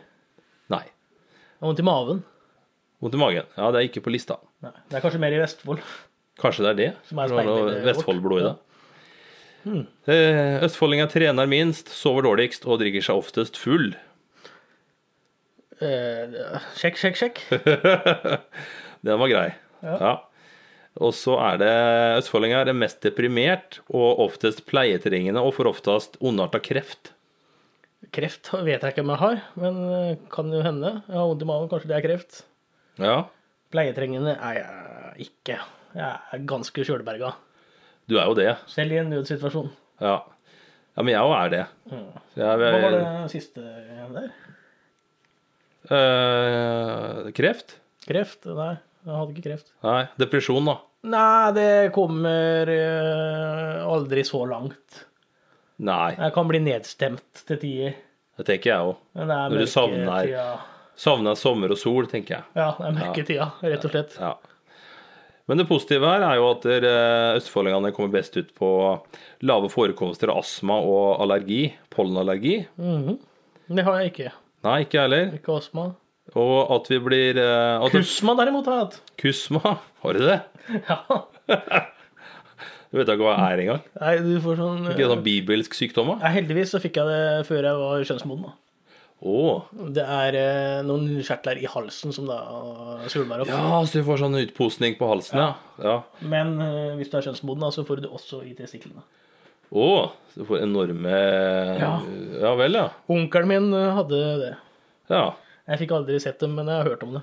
Speaker 1: Nei.
Speaker 2: har vondt i maven.
Speaker 1: Vondt i magen? Ja, det er ikke på lista.
Speaker 2: Nei. Det er kanskje mer i Vestfold.
Speaker 1: Kanskje det er det?
Speaker 2: Som er
Speaker 1: Det var noe
Speaker 2: speilet vårt.
Speaker 1: Vestfoldblod i det. Eh, Østfoldinger trener minst, sover dårligst og drikker seg oftest full.
Speaker 2: Eh, sjekk, sjekk, sjekk.
Speaker 1: Den var grei. Ja. Og så er det østfoldinger er mest deprimert og oftest pleietrengende og får oftest ondarta kreft.
Speaker 2: Kreft vet jeg ikke om jeg har, men eh, kan jo hende. Jeg har vondt i magen, kanskje det er kreft.
Speaker 1: Ja.
Speaker 2: Pleietrengende er jeg ikke. Jeg er ganske kjølberga.
Speaker 1: Du er jo det.
Speaker 2: Selv i en nødsituasjon.
Speaker 1: Ja. ja men jeg òg er det. Så Jeg,
Speaker 2: Mm. Hva var det
Speaker 1: jeg-
Speaker 2: siste igjen der?
Speaker 1: eh, kreft?
Speaker 2: Kreft? Nei, jeg hadde ikke kreft.
Speaker 1: Nei. Depresjon, da.
Speaker 2: Nei, det kommer eh, aldri så langt.
Speaker 1: Nei.
Speaker 2: Jeg kan bli nedstemt til tider.
Speaker 1: Det tenker jeg òg.
Speaker 2: Men det er
Speaker 1: Når du savner-
Speaker 2: mørketida.
Speaker 1: Savner sommer og sol, tenker jeg.
Speaker 2: Ja, det er mørketida, rett og slett.
Speaker 1: Ja. Men det positive her er jo at eh, østfoldingene kommer best ut på lave forekomster av astma og allergi. Pollenallergi.
Speaker 2: Mhm. Det har jeg ikke.
Speaker 1: Nei, ikke jeg heller.
Speaker 2: Ikke astma.
Speaker 1: Og at vi blir eh, at
Speaker 2: Kusma derimot har jeg hatt. [LAUGHS]
Speaker 1: Kusma. [LAUGHS] Har du det?
Speaker 2: Ja.
Speaker 1: Du vet da ikke hva det er engang.
Speaker 2: Nei, du får sånn
Speaker 1: Ikke sånn bibelsk sykdom? da?
Speaker 2: Nei, heldigvis så fikk jeg det før jeg var kjønnsmoden. da.
Speaker 1: Å.
Speaker 2: Det er eh, noen kjertler i halsen som da svulmer opp.
Speaker 1: Ja, så du får sånn utposning på halsen, ja. ja.
Speaker 2: Men eh, hvis du er kjønnsmoden, da, så får du det også i testiklene.
Speaker 1: Å, så du får enorme Ja,
Speaker 2: Ja.
Speaker 1: vel, ja.
Speaker 2: Onkelen min eh, hadde det.
Speaker 1: ja.
Speaker 2: Jeg fikk aldri sett det, men jeg har hørt om det.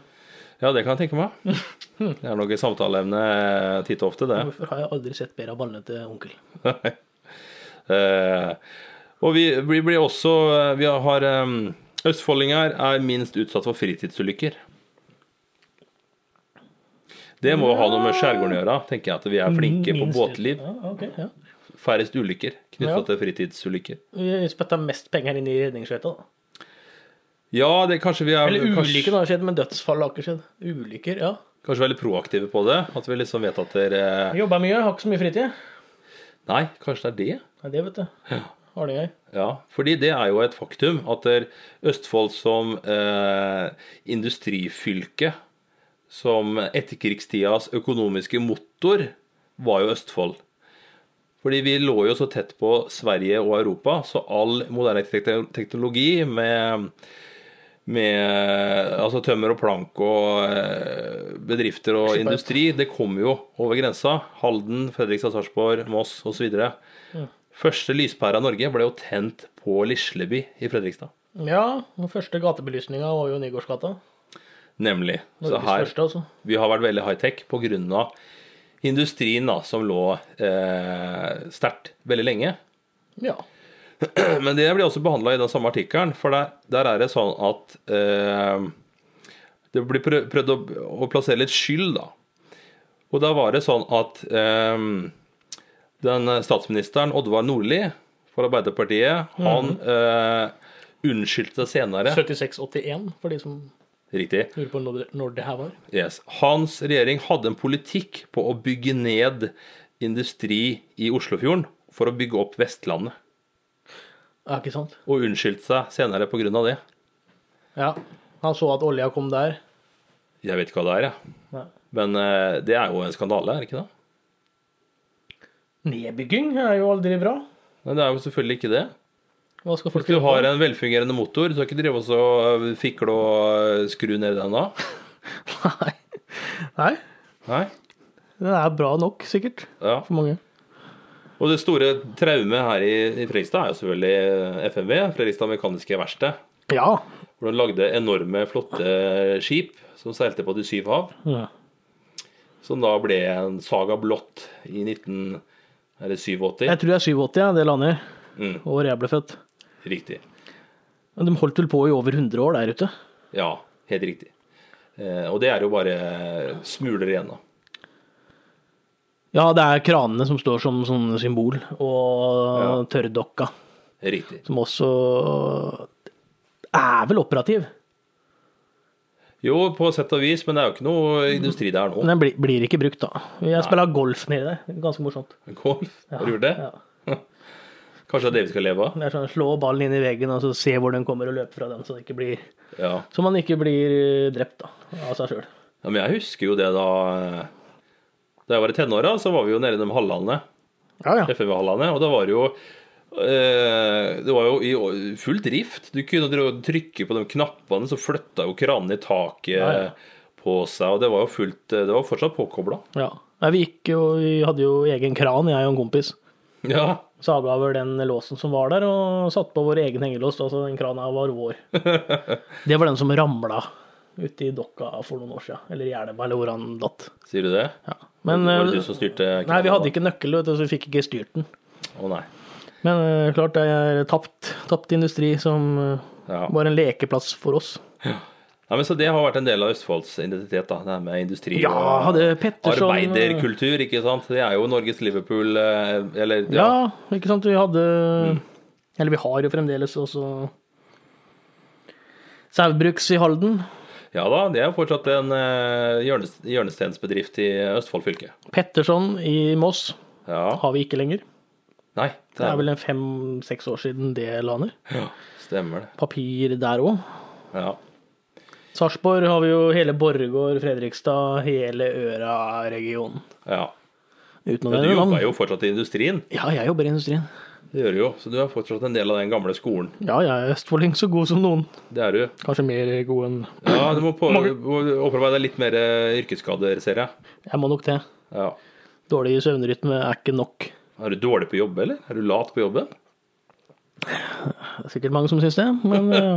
Speaker 1: Ja, det kan jeg [LAUGHS] tenke meg. Det er nok et samtaleemne eh, titt og ofte, det.
Speaker 2: Hvorfor har jeg aldri sett bedre av ballene til onkel?
Speaker 1: Eh, og vi, vi blir også eh, Vi har eh, Østfoldinger er minst utsatt for fritidsulykker. Det må ha noe med skjærgården å gjøre, tenker jeg. At vi er flinke på
Speaker 2: Mm, Minst-
Speaker 1: båtliv.
Speaker 2: Ja, ok, ja.
Speaker 1: Færrest ulykker knytta
Speaker 2: Ja.
Speaker 1: til fritidsulykker.
Speaker 2: Vi spytta mest penger inn i redningsskøyta. da.
Speaker 1: Ja, det, kanskje vi er
Speaker 2: Eller ulykken
Speaker 1: kanskje,
Speaker 2: har skjedd, men dødsfall har ikke skjedd. Ulykker, ja.
Speaker 1: kanskje veldig proaktive på det. At vi liksom vet at dere eh,
Speaker 2: Jobba mye, har ikke så mye fritid.
Speaker 1: Nei, kanskje det er det?
Speaker 2: Nei, det vet du. Har det gøy.
Speaker 1: Ja, fordi det er jo et faktum at der Østfold som eh, industrifylke, som etterkrigstidas økonomiske motor, var jo Østfold. Fordi vi lå jo så tett på Sverige og Europa, så all moderne tek- teknologi med, med altså tømmer og plank og eh, bedrifter og
Speaker 2: Skipper.
Speaker 1: industri, det kom jo over grensa. Halden, Fredrikstad, Sarpsborg, Moss osv.
Speaker 2: Mm.
Speaker 1: Første lyspæra i Norge ble jo tent på Lisleby i Fredrikstad.
Speaker 2: Ja, den første gatebelysninga var jo Nygårdsgata.
Speaker 1: Nemlig. Så
Speaker 2: Norges
Speaker 1: her,
Speaker 2: første, altså.
Speaker 1: vi har vært veldig high-tech pga. industrien da, som lå eh, sterkt veldig lenge. [CLEARS THROAT]
Speaker 2: Ja.
Speaker 1: Men det blir også behandla i den samme artikkelen, for der, der er det sånn at eh, Det blir prøv, prøvd å, å plassere litt skyld, da. Og da var det sånn at eh, den statsministeren Oddvar Nordli for Arbeiderpartiet, han
Speaker 2: Mm.
Speaker 1: eh, unnskyldte seg senere
Speaker 2: 7681, for de som
Speaker 1: Riktig.
Speaker 2: lurer på når det, når det her var.
Speaker 1: Yes. Hans regjering hadde en politikk på å bygge ned industri i Oslofjorden for å bygge opp Vestlandet,
Speaker 2: Ja, ikke sant?
Speaker 1: og unnskyldte seg senere pga. det.
Speaker 2: Ja. Han så at olja kom der.
Speaker 1: Jeg vet ikke hva det er, jeg.
Speaker 2: Nei.
Speaker 1: Men eh, det er jo en skandale, er det ikke det?
Speaker 2: Nedbygging er jo aldri bra.
Speaker 1: Nei, det er jo selvfølgelig ikke det.
Speaker 2: Hva skal folk
Speaker 1: Hvis du
Speaker 2: gjøre
Speaker 1: har
Speaker 2: på?
Speaker 1: en velfungerende motor, så kan du ikke drive og så fikle og eh, skru ned den da.
Speaker 2: [LAUGHS] Nei. Nei.
Speaker 1: Nei?
Speaker 2: Den er bra nok, sikkert,
Speaker 1: Ja.
Speaker 2: for mange.
Speaker 1: Og det store traumet her i, i Fredrikstad er jo selvfølgelig eh, FMV, Fredrikstad Mekaniske Verksted.
Speaker 2: Ja.
Speaker 1: Hvor de lagde enorme, flotte skip som seilte på de syv hav. Som da ble en saga blått i 1987.
Speaker 2: Jeg tror jeg er 87, ja, det landet.
Speaker 1: Mm.
Speaker 2: Året jeg ble født.
Speaker 1: Riktig.
Speaker 2: Men de holdt vel på i over 100 år der ute.
Speaker 1: Ja, helt riktig. Eh, Og det er jo bare smuler igjen, da.
Speaker 2: Ja, det er kranene som står som sånn symbol, og
Speaker 1: Ja.
Speaker 2: tørrdokka,
Speaker 1: Riktig.
Speaker 2: som også er vel operativ.
Speaker 1: Jo, på sett og vis, men det er jo ikke noe industri der nå.
Speaker 2: Men den blir, blir ikke brukt, da. Jeg spiller golf nedi der. Ganske morsomt.
Speaker 1: Golf, har du gjort det?
Speaker 2: Ja.
Speaker 1: Kanskje det er det vi skal leve av?
Speaker 2: Det er sånn, slå ballen inn i veggen og så se hvor den kommer, og løpe fra den, så, det ikke blir,
Speaker 1: Ja.
Speaker 2: så man ikke blir eh, drept da, av seg sjøl.
Speaker 1: ja. Men jeg husker jo det da eh, Da jeg var i tenåra, så var vi jo nede i de hallene.
Speaker 2: Ja, ja.
Speaker 1: FV-hallene, og da var det jo eh, det var jo i å- full drift. Du kunne dra- trykke på de knappene, så flytta jo kranen i taket
Speaker 2: Ja, ja.
Speaker 1: på seg. Og det var jo fullt eh, Det var fortsatt påkobla.
Speaker 2: ja. Nei, vi gikk jo Vi hadde jo egen kran, jeg og en kompis.
Speaker 1: Ja.
Speaker 2: Saga over den låsen som var der, og satte på vår egen hengelås. Altså den krana
Speaker 1: [LAUGHS]
Speaker 2: var vår. Det var den som ramla uti dokka for noen år siden. Eller i elva, eller hvor han datt.
Speaker 1: Sier du det?
Speaker 2: Ja. Men
Speaker 1: var det du
Speaker 2: eh,
Speaker 1: som styrte?
Speaker 2: Nei, vi hadde ikke nøkkel, vet du, så vi fikk ikke styrt den.
Speaker 1: Å nei.
Speaker 2: Men eh, klart, det er tapt, tapt industri som eh,
Speaker 1: Ja.
Speaker 2: var en lekeplass for oss.
Speaker 1: nei. Men så det har vært en del av Østfolds identitet, da. Det her med industri
Speaker 2: Ja, hadde Petterson eh,
Speaker 1: arbeiderkultur, ikke sant. Det er jo Norges Liverpool, eh, eller
Speaker 2: Ja. ikke sant. Vi hadde
Speaker 1: Mm.
Speaker 2: Eller vi har jo fremdeles også Saugbruks i Halden.
Speaker 1: ja da, det er jo fortsatt en eh, hjørnes- hjørnestensbedrift i Østfold fylke.
Speaker 2: Petterson i Moss
Speaker 1: Ja.
Speaker 2: har vi ikke lenger.
Speaker 1: Nei.
Speaker 2: Det er vel en fem-seks år siden det la ned.
Speaker 1: Ja, stemmer det.
Speaker 2: Papir der òg.
Speaker 1: Ja.
Speaker 2: Sarpsborg har vi jo hele Borregaard, Fredrikstad, hele Øra-regionen.
Speaker 1: ja.
Speaker 2: Utenom
Speaker 1: Men
Speaker 2: det
Speaker 1: du jobber
Speaker 2: land.
Speaker 1: jo fortsatt i industrien.
Speaker 2: Ja, jeg jobber i industrien.
Speaker 1: Det gjør du jo, så du er fortsatt en del av den gamle skolen.
Speaker 2: Ja, jeg er østfolding så god som noen.
Speaker 1: Det er du.
Speaker 2: Kanskje mer god enn
Speaker 1: Ja, du må på- opparbeide deg litt mer eh, yrkesskader, ser jeg.
Speaker 2: Jeg må nok det.
Speaker 1: Ja.
Speaker 2: Dårlig søvnrytme er ikke nok.
Speaker 1: Er du dårlig på jobb, eller? Er du lat på jobben?
Speaker 2: Det er sikkert mange som syns det,
Speaker 1: [LAUGHS]
Speaker 2: men eh,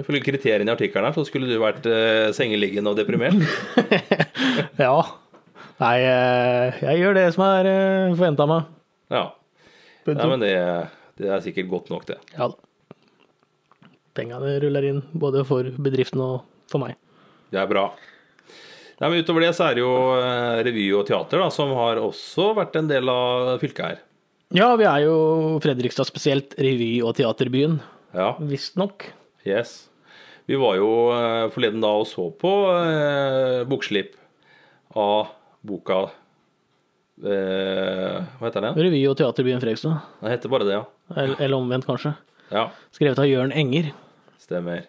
Speaker 1: Ifølge kriteriene i artikkelen her, så skulle du vært eh, sengeliggende og deprimert.
Speaker 2: ja. Nei, eh, jeg gjør det som er forventa av meg.
Speaker 1: Ja. Nei, men det, det er sikkert godt nok, det.
Speaker 2: Ja da. Pengene ruller inn, både for bedriften og for meg.
Speaker 1: Det er bra. Nei, men Utover det så er det jo eh, revy og teater, da, som har også vært en del av fylket her.
Speaker 2: Ja, vi er jo Fredrikstad spesielt revy- og teaterbyen,
Speaker 1: Ja.
Speaker 2: visstnok.
Speaker 1: Yes. Vi var jo eh, forleden da og så på eh, bokslipp av boka eh, Hva heter den?
Speaker 2: Revy- og teaterbyen Fredrikstad,
Speaker 1: Den heter bare det, ja.
Speaker 2: eller, eller omvendt kanskje.
Speaker 1: Ja,
Speaker 2: Skrevet av Jørn Enger.
Speaker 1: stemmer.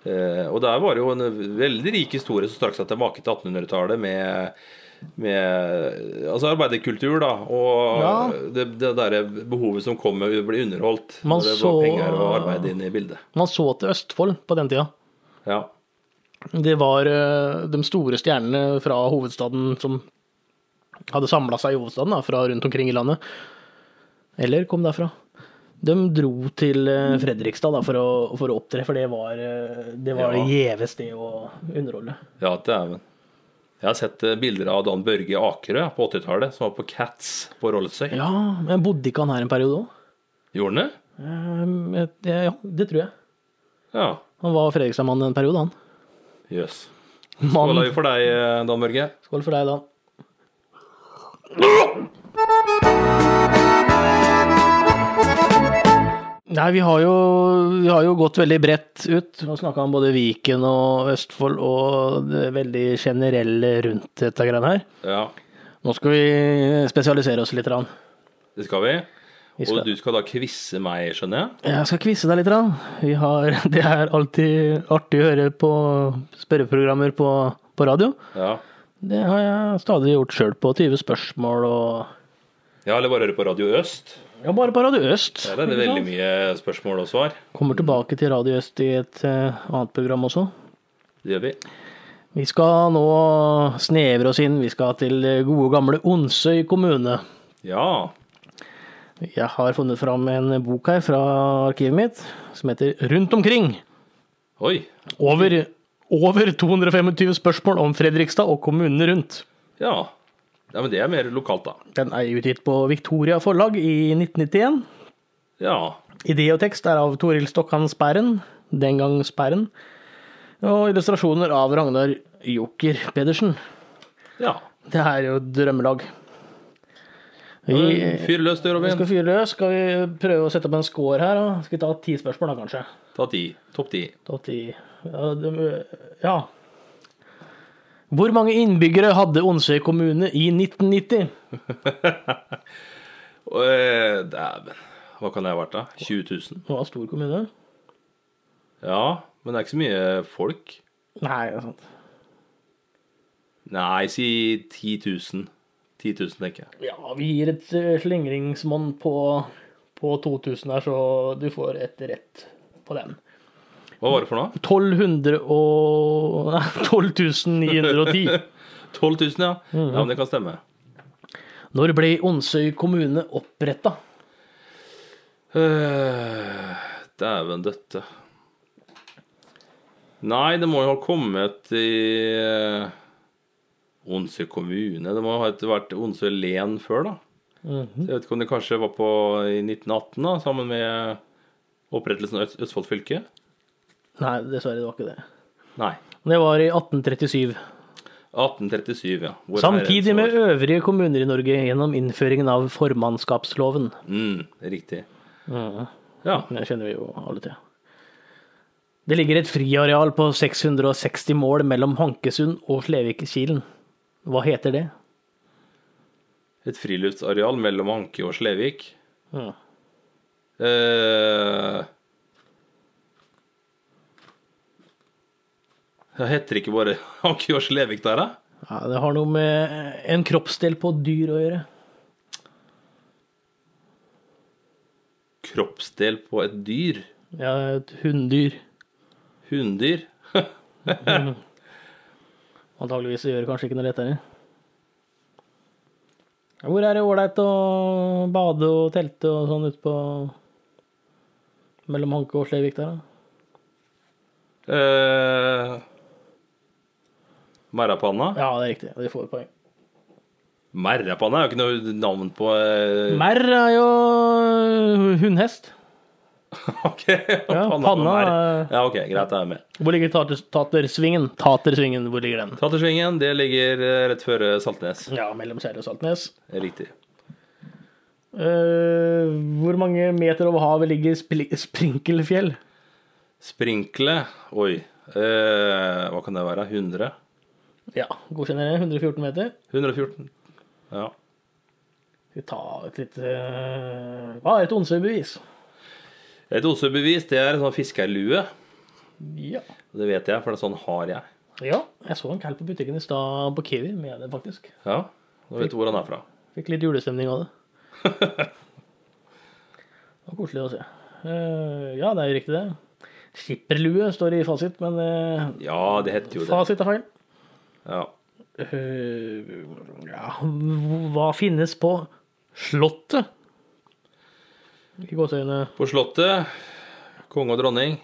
Speaker 1: Eh, og der var det jo en veldig rik historie som strakk seg tilbake til 1800-tallet med, med altså arbeiderkultur, da, og
Speaker 2: Ja.
Speaker 1: det, det derre behovet som kom med å bli underholdt
Speaker 2: Man
Speaker 1: når det
Speaker 2: så-
Speaker 1: var penger og arbeid inne i bildet.
Speaker 2: Man så til Østfold på den tida.
Speaker 1: Ja.
Speaker 2: Det var eh, de store stjernene fra hovedstaden som hadde samla seg i hovedstaden, da, fra rundt omkring i landet. Eller kom derfra. De dro til eh, Fredrikstad da, for, å, for å opptre, for det var eh, det var
Speaker 1: Ja.
Speaker 2: det gjeve sted å underholde.
Speaker 1: Ja, dæven. Jeg har sett eh, bilder av Dan Børge Akerø på 80-tallet, som var på Cats på Rollesøy.
Speaker 2: Ja, men bodde ikke han her en periode òg?
Speaker 1: Gjorde han det?
Speaker 2: ja, Ehm, det tror jeg.
Speaker 1: Ja.
Speaker 2: Han var Fredrikstad-mann en periode, han.
Speaker 1: Jøss. Skål
Speaker 2: Mann.
Speaker 1: for deg, eh, Dan Børge.
Speaker 2: Skål for deg, Dan. Nei, vi har jo, vi har jo gått veldig bredt ut og snakka om både Viken og Østfold og det veldig generelle rundt dette greiene her.
Speaker 1: Ja,
Speaker 2: Nå skal vi spesialisere oss litt. grann.
Speaker 1: det skal vi.
Speaker 2: Vi
Speaker 1: Og
Speaker 2: skal-
Speaker 1: du skal da quize meg, skjønner jeg?
Speaker 2: Jeg skal quize deg litt. grann. Vi har, [LAUGHS] det er alltid artig å høre på spørreprogrammer på, på radio.
Speaker 1: Ja.
Speaker 2: Det har jeg stadig gjort sjøl på 20 spørsmål og
Speaker 1: Ja, eller bare høre på Radio Øst.
Speaker 2: Ja, bare på Radio Øst.
Speaker 1: Der er det
Speaker 2: ikke sant?
Speaker 1: veldig mye spørsmål og svar.
Speaker 2: Kommer tilbake til Radio Øst i et eh, annet program også.
Speaker 1: Det gjør vi.
Speaker 2: Vi skal nå snevre oss inn. Vi skal til eh, gode, gamle Onsøy kommune.
Speaker 1: Ja.
Speaker 2: Jeg har funnet fram en bok her fra arkivet mitt som heter Rundt omkring.
Speaker 1: Oi.
Speaker 2: Over, over 225 spørsmål om Fredrikstad og kommunene rundt.
Speaker 1: Ja. ja. Men det er mer lokalt, da.
Speaker 2: Den er utgitt på Victoria forlag i 1991.
Speaker 1: Ja.
Speaker 2: Idé og tekst er av Toril Stokkan Sperren, den gang Sperren, og illustrasjoner av Ragnar Joker Pedersen.
Speaker 1: Ja.
Speaker 2: Det her er jo et drømmelag. Vi,
Speaker 1: Fyr løs, du,
Speaker 2: vi
Speaker 1: Robin.
Speaker 2: skal fyre løs. Skal vi prøve å sette opp en score her? Da? Skal vi ta ti spørsmål, da, kanskje?
Speaker 1: Ta ti. Topp ti.
Speaker 2: Topp ti. Ja, det- ja. Hvor mange innbyggere hadde Onsøy kommune i 1990?
Speaker 1: Og, eh, Dæven. Hva kan det ha vært, da? 20 000?
Speaker 2: Det var en stor kommune.
Speaker 1: Ja, men det er ikke så mye folk.
Speaker 2: Nei, det er sant.
Speaker 1: Nei, si 10 000. 10 000, tenker jeg.
Speaker 2: Ja, vi gir et eh, slingringsmonn på, på 2000 her, så du får et rett på den.
Speaker 1: Hva var det for [LAUGHS] noe?
Speaker 2: 1200 og Nei, [LAUGHS] 12910.
Speaker 1: 12 000, ja. Ja, men det kan stemme.
Speaker 2: Når ble Onsøy kommune oppretta?
Speaker 1: Eh, Dæven døtte. Nei, det må jo ha kommet i eh, Onsøy kommune. Det må ha vært Onsøy len før, da.
Speaker 2: Mm.
Speaker 1: Så Jeg vet ikke om det kanskje var på, i 1918, da, sammen med opprettelsen av Øst- Østfold fylke?
Speaker 2: Nei, dessverre, det var ikke det.
Speaker 1: Nei.
Speaker 2: Det var i 1837.
Speaker 1: 1837, ja. Vår
Speaker 2: Samtidig med
Speaker 1: Herrens år.
Speaker 2: øvrige kommuner i Norge gjennom innføringen av formannskapsloven.
Speaker 1: mm, Riktig.
Speaker 2: Mhm.
Speaker 1: Ja.
Speaker 2: Det kjenner vi jo alle til. Det ligger et friareal på 660 mål mellom Hankesund og Slevikkilen. Hva heter det?
Speaker 1: Et friluftsareal mellom Anke og Slevik. Hmm.
Speaker 2: Mhm.
Speaker 1: Eh, det heter ikke bare [LAUGHS] Anke og Slevik der, da?
Speaker 2: Ja, det har noe med en kroppsdel på dyr å gjøre.
Speaker 1: Kroppsdel på et dyr.
Speaker 2: Ja, et hunndyr.
Speaker 1: Hunndyr.
Speaker 2: Antageligvis gjør det kanskje ikke noe lettere. Hvor er det ålreit å bade og telte og sånn ute på Mellom Hanke og Slevik der, da?
Speaker 1: Eh, Merrapanna?
Speaker 2: Ja, det er riktig. De får poeng.
Speaker 1: Merrapanna er jo ikke noe navn på eh,
Speaker 2: Merr er jo hundhest.
Speaker 1: [LAUGHS] Ok,
Speaker 2: Ja,
Speaker 1: [LAUGHS] panna,
Speaker 2: panna
Speaker 1: er-
Speaker 2: er-
Speaker 1: Ja, ok, greit, jeg er med.
Speaker 2: Hvor ligger tater, Tatersvingen? Tatersvingen, hvor ligger den?
Speaker 1: Tattersvingen, det ligger eh, rett før eh, Saltnes.
Speaker 2: Ja, mellom Skjær og Saltnes.
Speaker 1: Riktig.
Speaker 2: Eh, hvor mange meter over havet ligger Spli- Sprinkelfjell?
Speaker 1: Sprinkle, oi, eh, hva kan det være? 100?
Speaker 2: Ja, godkjenner det. 114 meter.
Speaker 1: 114? Ja.
Speaker 2: Skal vi ta et lite Hva er et Onsøy-bevis?
Speaker 1: Et osebevis, det er en sånn fiskerlue.
Speaker 2: Ja.
Speaker 1: Det vet jeg, for det er sånn har jeg.
Speaker 2: ja. Jeg så en kall på butikken i stad, på Kiwi, med det, faktisk.
Speaker 1: Ja, nå vet du hvor han er fra.
Speaker 2: Fikk litt julestemning av det. [LAUGHS] det var koselig å se. Eh, ja, det er jo riktig, det. Skipperlue står i fasit, men eh,
Speaker 1: Ja, det heter jo det.
Speaker 2: fasit er feil.
Speaker 1: Ja.
Speaker 2: Eh, ja, hva finnes på Slottet? I gåseøyne.
Speaker 1: På slottet, konge og dronning,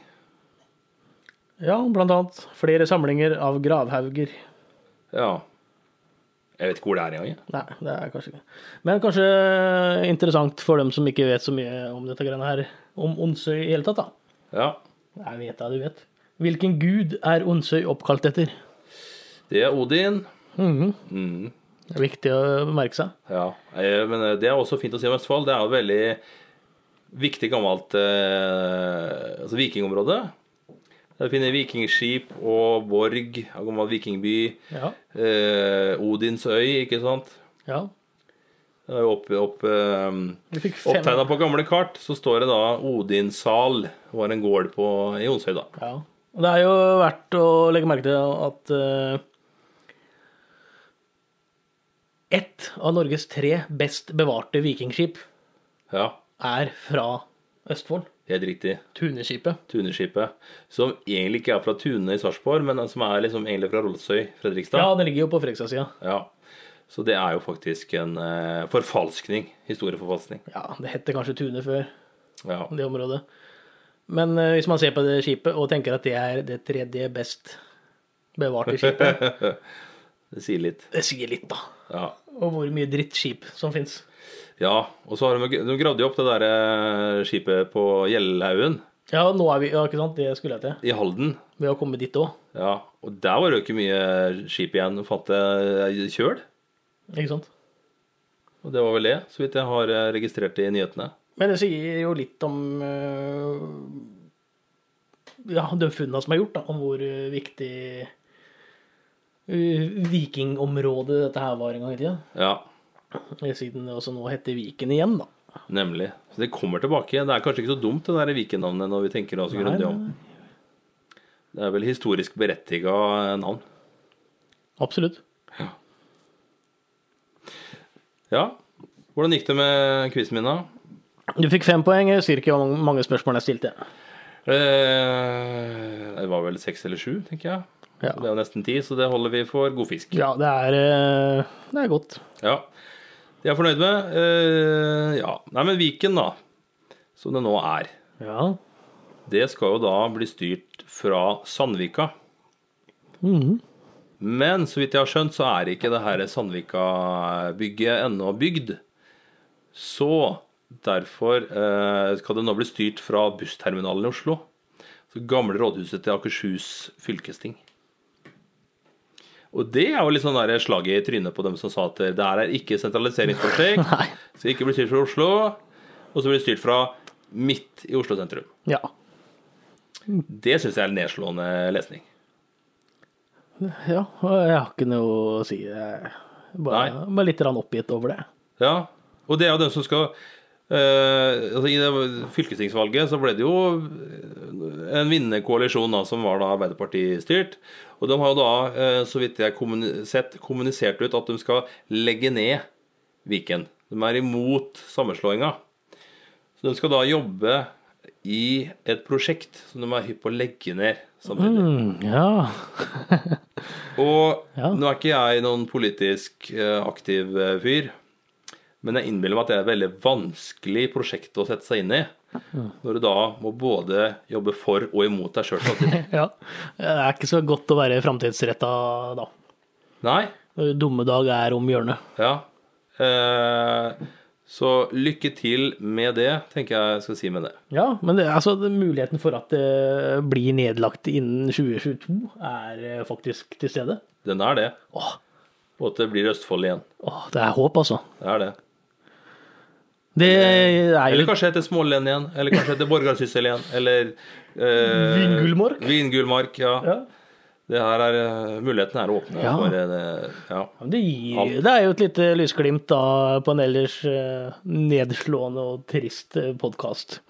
Speaker 2: Ja, blant annet flere samlinger av gravhauger.
Speaker 1: ja. Jeg vet ikke hvor det er engang. jeg.
Speaker 2: Nei, det er kanskje ikke Men kanskje interessant for dem som ikke vet så mye om dette greiene her, om Onsøy i hele tatt, da.
Speaker 1: Ja,
Speaker 2: Jeg vet da, du vet. Hvilken gud er Onsøy oppkalt etter?
Speaker 1: det er Odin.
Speaker 2: Mhm.
Speaker 1: Mhm.
Speaker 2: Det er viktig å merke seg.
Speaker 1: Ja, eh, men eh, det er også fint å si om Østfold. Det er jo et veldig viktig gammelt eh, altså vikingområde. Der finner vikingskip og borg, en gammel vikingby,
Speaker 2: Ja.
Speaker 1: eh, Odinsøy, ikke sant?
Speaker 2: ja.
Speaker 1: Det er jo opp, opp, eh,
Speaker 2: Vi fikk fem.
Speaker 1: Opptegna på gamle kart så står det da Odinssal. Det var en gård på, i Onsøy, da.
Speaker 2: Ja. Og Det er jo verdt å legge merke til at eh, ett av Norges tre best bevarte vikingskip
Speaker 1: Ja,
Speaker 2: er fra Østfold.
Speaker 1: helt riktig.
Speaker 2: Tuneskipet.
Speaker 1: Tuneskipet. Som egentlig ikke er fra Tune i Sarpsborg, men som er liksom egentlig fra Rolsøy, Fredrikstad.
Speaker 2: Ja, det ligger jo på Fredrikstad-sida.
Speaker 1: Ja. Så det er jo faktisk en eh, forfalskning. Historieforfalskning.
Speaker 2: Ja, det het kanskje Tune før.
Speaker 1: Ja.
Speaker 2: det området. Men eh, hvis man ser på det skipet og tenker at det er det tredje best bevarte skipet,
Speaker 1: Det sier litt.
Speaker 2: det sier litt, da.
Speaker 1: Ja.
Speaker 2: Og hvor mye drittskip som fins.
Speaker 1: ja. Og så har de, de gravd jo opp det der eh, skipet på Gjellhaugen
Speaker 2: Ja, nå er vi Ja, ikke sant, det skulle jeg til.
Speaker 1: i Halden.
Speaker 2: Ved å komme dit òg,
Speaker 1: Ja. Og der var det jo ikke mye skip igjen. Fant jeg kjøl?
Speaker 2: ikke sant.
Speaker 1: eh, Og det var vel det, så vidt jeg har eh, registrert i nyhetene.
Speaker 2: Men det sier jo litt om eh, ja, de funnene som er gjort, da, om hvor eh, viktig eh, vikingområdet dette her var en gang i tida.
Speaker 1: Ja,
Speaker 2: Eh, Siden det også nå heter Viken igjen, da.
Speaker 1: nemlig. Så det kommer tilbake. Det er kanskje ikke så dumt, det der Viken-navnet, når vi tenker oss
Speaker 2: Nei,
Speaker 1: grundig om.
Speaker 2: nei,
Speaker 1: Det er vel historisk berettiga navn.
Speaker 2: Absolutt.
Speaker 1: Ja. Hvordan gikk det med quizen min, da?
Speaker 2: Du fikk fem poeng. Jeg husker ikke hvor mange- mange spørsmål jeg stilte.
Speaker 1: Eh, Det var vel seks eller sju, tenker jeg.
Speaker 2: Ja.
Speaker 1: Det er jo nesten ti, så det holder vi for god fisk.
Speaker 2: Ja, det er, eh, det er godt.
Speaker 1: Ja. Det er jeg fornøyd med. Eh, ja. Nei, men Viken, da. Som det nå er.
Speaker 2: Ja.
Speaker 1: Det skal jo da bli styrt fra Sandvika.
Speaker 2: Mhm.
Speaker 1: Men så vidt jeg har skjønt, så er ikke det her Sandvika-bygget ennå bygd. Så derfor eh, skal det nå bli styrt fra bussterminalen i Oslo. Så gamle rådhuset til Akershus fylkesting. Og det er jo litt sånn der slaget i trynet på dem som sa at det her er ikke sentraliseringsprosjekt.
Speaker 2: Nei.
Speaker 1: Skal ikke bli styrt fra Oslo. Og så blir det styrt fra midt i Oslo sentrum.
Speaker 2: Ja.
Speaker 1: Det syns jeg er nedslående lesning.
Speaker 2: ja. og Jeg har ikke noe å si. Jeg er Bare, bare litt grann oppgitt over det.
Speaker 1: Ja, og det er jo den som skal eh, altså I det fylkestingsvalget så ble det jo eh, en vinnende koalisjon da, som var da Arbeiderparti-styrt. Og de har jo da, eh, så vidt jeg har kommuni- sett, kommunisert ut at de skal legge ned Viken. De er imot sammenslåinga. Så de skal da jobbe i et prosjekt som de er hypp på å legge ned samtidig.
Speaker 2: Mm, ja.
Speaker 1: Og
Speaker 2: Ja.
Speaker 1: nå er ikke jeg noen politisk eh, aktiv eh, fyr, men jeg innbiller meg at det er et veldig vanskelig prosjekt å sette seg inn i. Når du da må både jobbe for og imot deg sjøl samtidig.
Speaker 2: [LAUGHS] ja. Det er ikke så godt å være framtidsretta da.
Speaker 1: Nei.
Speaker 2: Dumme dag er om hjørnet.
Speaker 1: Ja. Eh, så lykke til med det, tenker jeg jeg skal si med det.
Speaker 2: Ja, men det, altså, det- muligheten for at det blir nedlagt innen 2022 er eh, faktisk til stede.
Speaker 1: Den er det.
Speaker 2: Åh,
Speaker 1: Og at det blir Østfold igjen.
Speaker 2: åh, det er håp, altså.
Speaker 1: Det er det.
Speaker 2: Det er
Speaker 1: Eller
Speaker 2: jo
Speaker 1: kanskje etter Smålen igjen. Eller kanskje etter Borgarsyssel igjen. Eller eh,
Speaker 2: Vingulmark?
Speaker 1: Vingulmark, ja.
Speaker 2: ja.
Speaker 1: Det her er, eh, muligheten er å åpne
Speaker 2: Ja.
Speaker 1: for eh, ja.
Speaker 2: Men Det, gir,
Speaker 1: Alt.
Speaker 2: det er jo et lite lysglimt da, på en ellers eh, nedslående og trist podkast.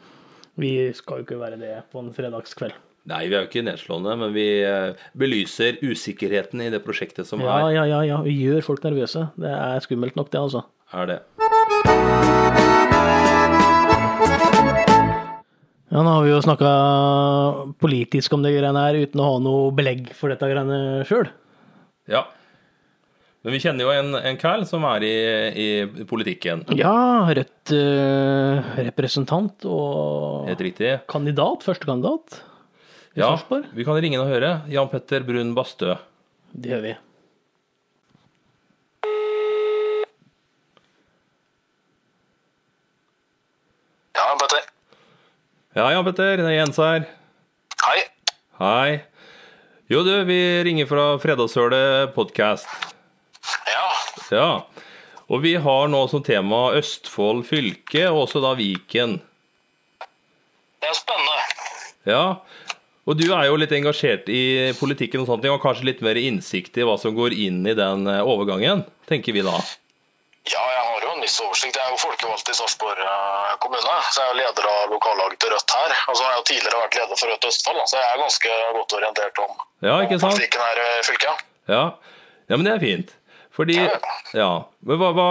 Speaker 2: Vi skal jo ikke være det på en fredagskveld.
Speaker 1: Nei, vi er jo ikke nedslående, men vi eh, belyser usikkerheten i det prosjektet som
Speaker 2: Ja,
Speaker 1: er,
Speaker 2: ja, ja, ja. Vi gjør folk nervøse. Det er skummelt nok, det, altså.
Speaker 1: er det.
Speaker 2: Ja, nå har vi jo snakka politisk om det greiene her uten å ha noe belegg for dette greiene sjøl.
Speaker 1: Ja. Men vi kjenner jo en, en kall som er i, i politikken.
Speaker 2: Ja, Rødt eh, representant og
Speaker 1: Helt riktig.
Speaker 2: kandidat, førstekandidat. i
Speaker 1: Ja,
Speaker 2: Sarpsborg.
Speaker 1: vi kan ringe han og høre. Jan Petter Brun Bastø.
Speaker 2: Det gjør vi.
Speaker 3: Ja, Petter.
Speaker 1: Ja, Jan Petter, det er Jens her.
Speaker 3: Hei.
Speaker 1: Hei. Jo, du, vi ringer fra Fredagshølet podcast.
Speaker 3: Ja.
Speaker 1: Ja. Og vi har nå som tema Østfold fylke, og også da Viken.
Speaker 3: Det er spennende.
Speaker 1: Ja, og du er jo litt engasjert i politikken og sånne ting, og kanskje litt mer innsikt i hva som går inn i den eh, overgangen, tenker vi da.
Speaker 3: Ja, jeg har jo en viss oversikt. Jeg er jo folkevalgt i Sarpsborg eh, kommune. Så jeg er jo leder av lokallaget til Rødt her. Og så har jeg jo tidligere vært leder for Rødt Østfold, da, så jeg er ganske godt orientert om
Speaker 1: Ja, ikke sant?
Speaker 3: politikken her i fylket.
Speaker 1: Ja, ja men det er fint. Fordi, ja, men hva, hva,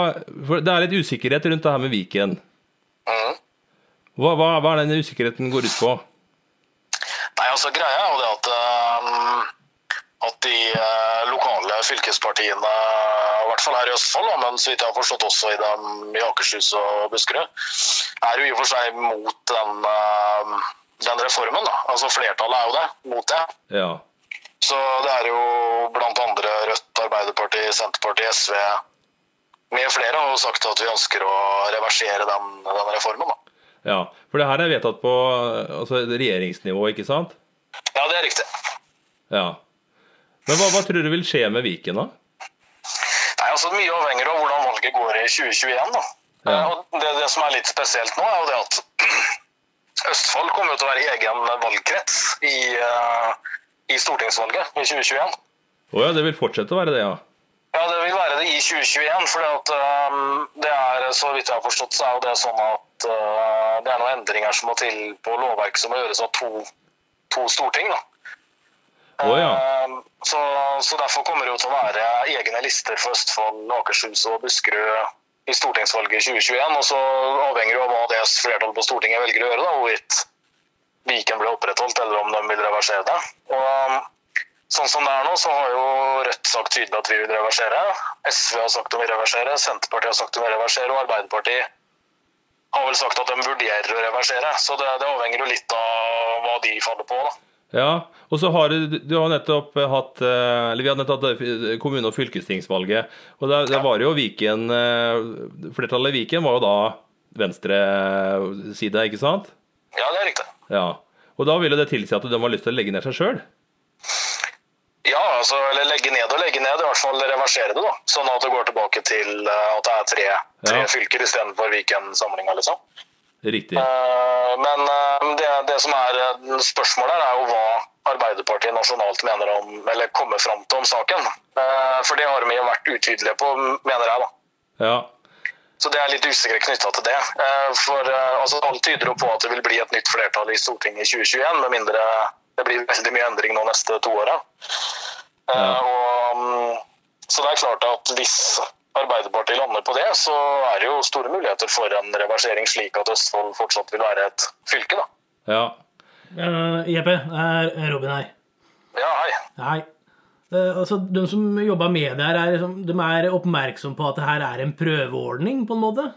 Speaker 1: for det er litt usikkerhet rundt det her med Viken.
Speaker 3: Mhm.
Speaker 1: Hva, hva, hva er den usikkerheten går ut på?
Speaker 3: Nei, altså greia er jo det at eh, at de eh, lokale fylkespartiene, i hvert fall her i Østfold, da, men så vidt jeg har forstått også i, dem, i Akershus og Buskerud, er jo i og for seg mot den, eh, den reformen. Da. Altså flertallet er jo det, mot det.
Speaker 1: Ja,
Speaker 3: Så det er jo blant andre Rødt, Arbeiderpartiet, Senterpartiet, SV med flere har jo sagt at vi ønsker å reversere den, den reformen. Da.
Speaker 1: ja. For det her er vedtatt på eh, altså, regjeringsnivå, ikke sant?
Speaker 3: Ja, det er riktig.
Speaker 1: Ja. Men hva, hva tror du vil skje med Viken da?
Speaker 3: Nei, altså Mye avhenger av hvordan valget går i 2021. da.
Speaker 1: Ja.
Speaker 3: Eh, Og det, det som er litt spesielt nå, er jo det at [CLEARS THROAT] Østfold kommer jo til å være egen valgkrets i, eh, i stortingsvalget i 2021.
Speaker 1: Å ja, det vil fortsette å være det, ja.
Speaker 3: Ja, det vil være det i 2021. For um, det er, så vidt jeg har forstått, så er jo det sånn at eh, det er noen endringer som må til på lovverket som må gjøres av to, to storting. da.
Speaker 1: Å ja.
Speaker 3: Eh, Så, så derfor kommer det jo til å være egne lister for Østfold, Akershus og Buskerud i stortingsvalget i 2021. Og så avhenger det jo av hva det flertallet på Stortinget velger å gjøre, da, hvorvidt Viken ble opprettholdt, eller om de vil reversere det. Og um, sånn som det er nå, så har jo Rødt sagt tydelig at vi vil reversere. SV har sagt de vil reversere, Senterpartiet har sagt de vil reversere, og Arbeiderpartiet har vel sagt at de vurderer å reversere. Så det, det avhenger jo litt av hva de faller på, da.
Speaker 1: Ja, og så har du du har nettopp hatt eh, Eller vi har nettopp hatt eh, kommune- og fylkestingsvalget. Og der, der var jo Viken eh, Flertallet i Viken var jo da venstre side, ikke sant?
Speaker 3: Ja, det er riktig.
Speaker 1: Ja. Og da ville det tilsi at de har lyst til å legge ned seg sjøl.
Speaker 3: Ja, altså, eller legge ned og legge ned, i hvert fall reversere det, da. Sånn at det går tilbake til eh, at det er tre, tre
Speaker 1: Ja.
Speaker 3: fylker istedenfor Viken sammenligna, liksom.
Speaker 1: Riktig.
Speaker 3: Eh, Men eh, det, det som er eh, spørsmålet her, er jo hva Arbeiderpartiet nasjonalt mener om, eller kommer fram til om saken. Eh, For det har de jo vært utydelige på, mener jeg, da.
Speaker 1: Ja.
Speaker 3: Så det er litt usikre knytta til det. Eh, For eh, altså, alt tyder jo på at det vil bli et nytt flertall i Stortinget i 2021, med mindre det blir veldig mye endring nå neste to åra. Eh,
Speaker 1: Ja.
Speaker 3: og, mm, Så det er klart at hvis Arbeiderpartiet lander på det, så er det jo store muligheter for en reversering, slik at Østfold fortsatt vil være et fylke, da.
Speaker 1: ja.
Speaker 2: Eh, Jeppe, det er Robin her.
Speaker 3: Ja, hei.
Speaker 2: Nei. Eh, altså, de som jobber med det her, er, liksom, de er oppmerksom på at det her er en prøveordning, på en måte?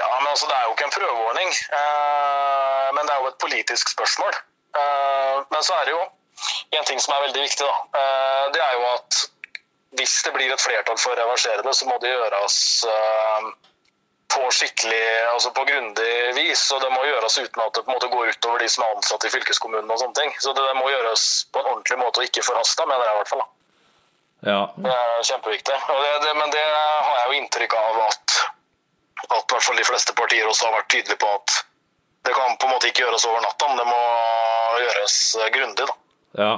Speaker 3: Ja, men altså, det er jo ikke en prøveordning. eh, men det er jo et politisk spørsmål. Eh, men så er det jo en ting som er veldig viktig, da. Eh, det er jo at hvis det blir et flertall for å reversere det, så må det gjøres eh, på skikkelig, altså på grundig vis. Og det må gjøres uten at det på en måte går utover de som er ansatt i fylkeskommunen og sånne ting. Så det, det må gjøres på en ordentlig måte og ikke forhasta, mener jeg i hvert fall. da.
Speaker 1: Ja.
Speaker 3: Det er kjempeviktig. Og det, det, men det har jeg jo inntrykk av at, at i hvert fall de fleste partier også har vært tydelige på at det kan på en måte ikke gjøres over natta, men det må gjøres eh, grundig. da.
Speaker 1: ja.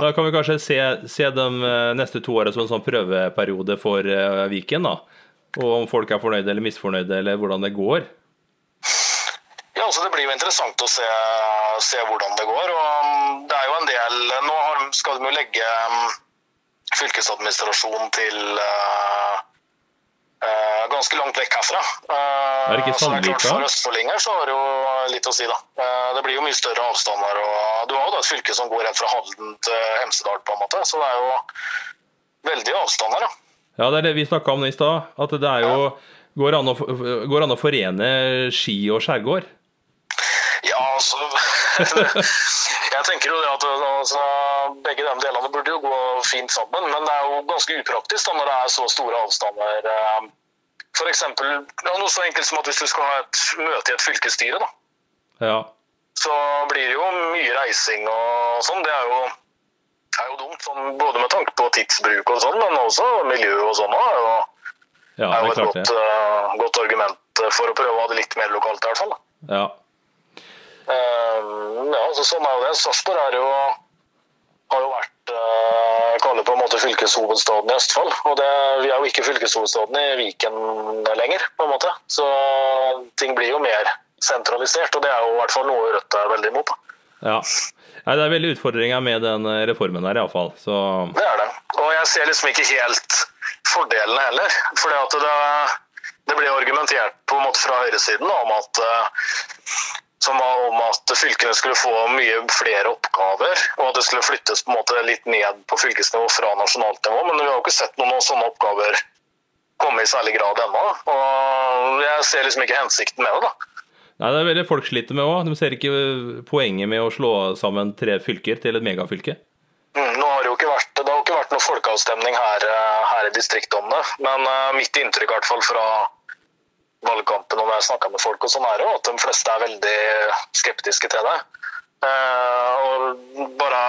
Speaker 1: Da kan vi kanskje se, se de eh, neste to åra som en sånn prøveperiode for eh, Viken, da. Og om folk er fornøyde eller misfornøyde, eller hvordan det går.
Speaker 3: Ja, altså Det blir jo interessant å se, se hvordan det går. og mm, det er jo en del, Nå har, skal de jo legge mm, fylkesadministrasjonen til eh, eh, ganske langt vekk herfra. Eh,
Speaker 1: Er det ikke
Speaker 3: så det er
Speaker 1: Sandvika?
Speaker 3: klart For østfoldinger så har det jo litt å si, da. Eh, det blir jo mye større avstander. og Du har jo da et fylke som går helt fra Halden til Hemsedal, på en måte. Så det er jo veldige avstander. da.
Speaker 1: Ja, det er det vi snakka om i stad. At det er jo går an, å, for- går an å forene ski og skjærgård.
Speaker 3: Ja, altså [LAUGHS] Jeg tenker jo det at altså, begge de delene burde jo gå fint sammen, men det er jo ganske upraktisk da, når det er så store avstander. eh, For eksempel, ja, noe så enkelt som at hvis du skal ha et møte i et fylkesstyre, da,
Speaker 1: Ja.
Speaker 3: så blir det jo mye reising og sånn. Det er jo, er jo dumt, sånn, både med tanke på tidsbruk og sånn, men også miljø og sånn. da, er jo,
Speaker 1: ja, det
Speaker 3: er jo
Speaker 1: er
Speaker 3: et
Speaker 1: klart
Speaker 3: godt,
Speaker 1: det.
Speaker 3: eh, godt argument for å prøve å ha det litt mer lokalt i hvert fall. da.
Speaker 1: Ja.
Speaker 3: Eh, ja, altså sånn er jo det. Sarpsborg er jo har jo vært eh, jeg kaller det på en måte fylkeshovedstaden i Østfold. Og det, vi er jo ikke fylkeshovedstaden i Viken lenger, på en måte. Så ting blir jo mer sentralisert, og det er jo i hvert fall noe Rødt er veldig imot. Da.
Speaker 1: ja. Nei, det er veldig utfordringer med den eh, reformen her, iallfall. Så
Speaker 3: Det er det. Og jeg ser liksom ikke helt fordelene heller. Fordi at det, det blir argumentert på en måte fra høyresiden da, om at eh, som var om at fylkene skulle få mye flere oppgaver, og at det skulle flyttes på en måte litt ned på fylkesnivå fra nasjonalt nivå. Men vi har jo ikke sett noen sånne oppgaver komme i særlig grad ennå. Og jeg ser liksom ikke hensikten med det. da.
Speaker 1: Nei, det er veldig folk sliter med òg. De ser ikke eh, poenget med å slå sammen tre fylker til et megafylke.
Speaker 3: Mm, Nå har det, jo ikke vært, det har jo ikke vært noe folkeavstemning her, eh, her i distriktet om det. Men eh, mitt inntrykk i hvert fall fra valgkampen og når jeg snakka med folk, og sånn er det jo at de fleste er veldig skeptiske til det. Eh, og bare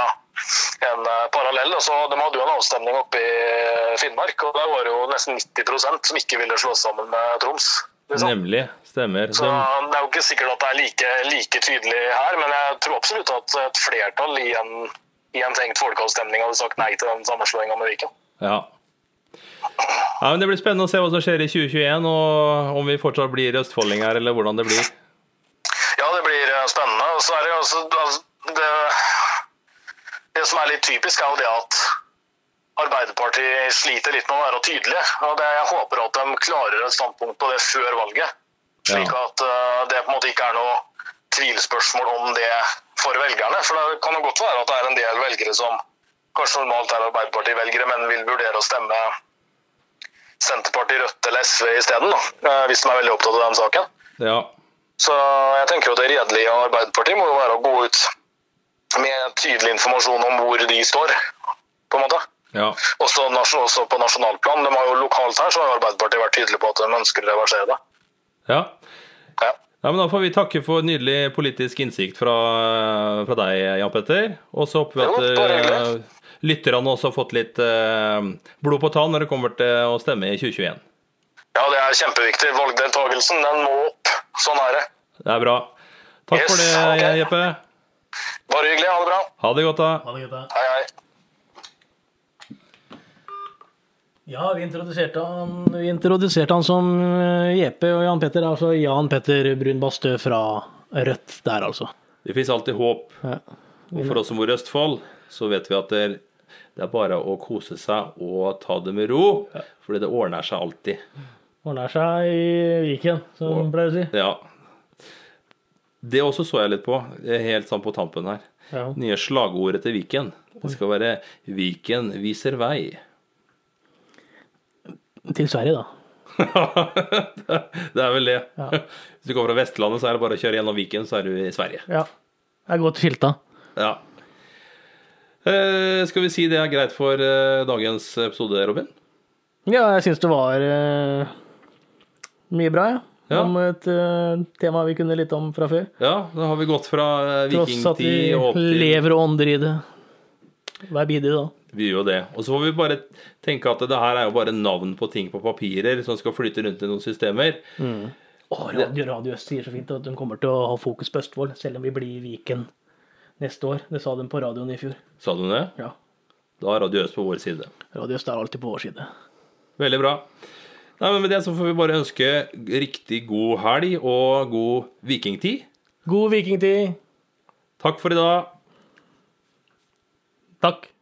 Speaker 3: en eh, parallell. Altså, de hadde jo en avstemning oppe i Finnmark, og der var det jo nesten 90 som ikke ville slå sammen med Troms. Liksom.
Speaker 1: Nemlig. Stemmer.
Speaker 3: Så
Speaker 1: Dem-
Speaker 3: Det er jo ikke sikkert at det er like, like tydelig her, men jeg tror absolutt at et flertall i en, i en tenkt folkeavstemning hadde sagt nei til den sammenslåinga med Viken.
Speaker 1: Ja. ja. men Det blir spennende å se hva som skjer i 2021, og om vi fortsatt blir østfoldinger, eller hvordan det blir.
Speaker 3: Ja, det blir eh, spennende. Og så er det jo også altså, det, det som er litt typisk, er jo det at Arbeiderpartiet sliter litt med å være tydelige. Og det, jeg håper at de klarer et standpunkt på det før valget. Slik
Speaker 1: Ja.
Speaker 3: at eh, det på en måte ikke er noe tvilspørsmål om det for velgerne. For det kan jo godt være at det er en del velgere som kanskje normalt er Arbeiderparti-velgere, men vil vurdere å stemme Senterpartiet, Rødt eller SV isteden, da, eh, hvis de er veldig opptatt av den saken.
Speaker 1: Ja.
Speaker 3: Så jeg tenker jo det redelige av Arbeiderpartiet må jo være å gå ut med tydelig informasjon om hvor de står, på en måte.
Speaker 1: ja.
Speaker 3: Også, nas- også på nasjonalplan. De har jo lokalt her, så har Arbeiderpartiet vært tydelig på at de ønsker å reversere det.
Speaker 1: ja.
Speaker 3: Ja.
Speaker 1: Ja, men Da får vi takke for nydelig politisk innsikt fra, fra deg, Jan Petter. Og så håper vi
Speaker 3: Jo,
Speaker 1: at
Speaker 3: bare
Speaker 1: eh,
Speaker 3: hyggelig.
Speaker 1: lytterne også har fått litt eh, blod på tann når det kommer til å stemme i 2021.
Speaker 3: ja, det er kjempeviktig. Valgdeltakelsen, den må opp. Sånn er det.
Speaker 1: Det er bra. Takk for
Speaker 3: Yes,
Speaker 1: det,
Speaker 3: ok.
Speaker 1: Jeppe.
Speaker 3: Bare hyggelig. Ha det bra.
Speaker 1: Ha det godt, da.
Speaker 2: Ha det, gutta.
Speaker 3: Hei, hei.
Speaker 2: Ja, vi introduserte han, vi introduserte han som eh, JP og Jan Petter. Altså Jan Petter Brunbastø fra Rødt der, altså.
Speaker 1: Det finnes alltid håp.
Speaker 2: Ja.
Speaker 1: Og for oss som bor i Østfold, så vet vi at det er, det er bare å kose seg og ta det med ro. Fordi det ordner seg alltid.
Speaker 2: Ordner seg i Viken, som man pleier å si.
Speaker 1: Ja. Det også så jeg litt på, det er helt sånn på tampen her.
Speaker 2: Ja.
Speaker 1: Nye slagordet til Viken. Det skal være 'Viken viser vei'. [LAUGHS]
Speaker 2: Til Sverige, da.
Speaker 1: det er vel det.
Speaker 2: Ja.
Speaker 1: Hvis du kommer fra Vestlandet, så er det bare å kjøre gjennom Viken, så er du i Sverige.
Speaker 2: Ja. Det er godt skilta.
Speaker 1: Ja. Eh, skal vi si det er greit for eh, dagens episode, Robin?
Speaker 2: Ja, jeg syns det var eh, mye bra, ja.
Speaker 1: Ja.
Speaker 2: Om et eh, tema vi kunne litt om fra før.
Speaker 1: Ja, da har vi gått fra eh,
Speaker 2: Tross at vi
Speaker 1: vikingtid og opp til
Speaker 2: lever og ånder i det. Hver bidige, da.
Speaker 1: Vi gjør jo det. Og så får vi bare tenke at det her er jo bare navn på ting på papirer som skal flyte rundt i noen systemer.
Speaker 2: Mm. Å, Radio, Radio Øst sier så fint at de kommer til å ha fokus på Østfold, selv om vi blir i Viken neste år. Det sa de på radioen i fjor.
Speaker 1: Sa du det?
Speaker 2: Ja.
Speaker 1: Da er Radio Øst på vår side.
Speaker 2: Radio Øst er alltid på vår side.
Speaker 1: Veldig bra. Nei, men Med det så får vi bare ønske riktig god helg og god vikingtid.
Speaker 2: God vikingtid!
Speaker 1: Takk for i dag.
Speaker 2: Takk.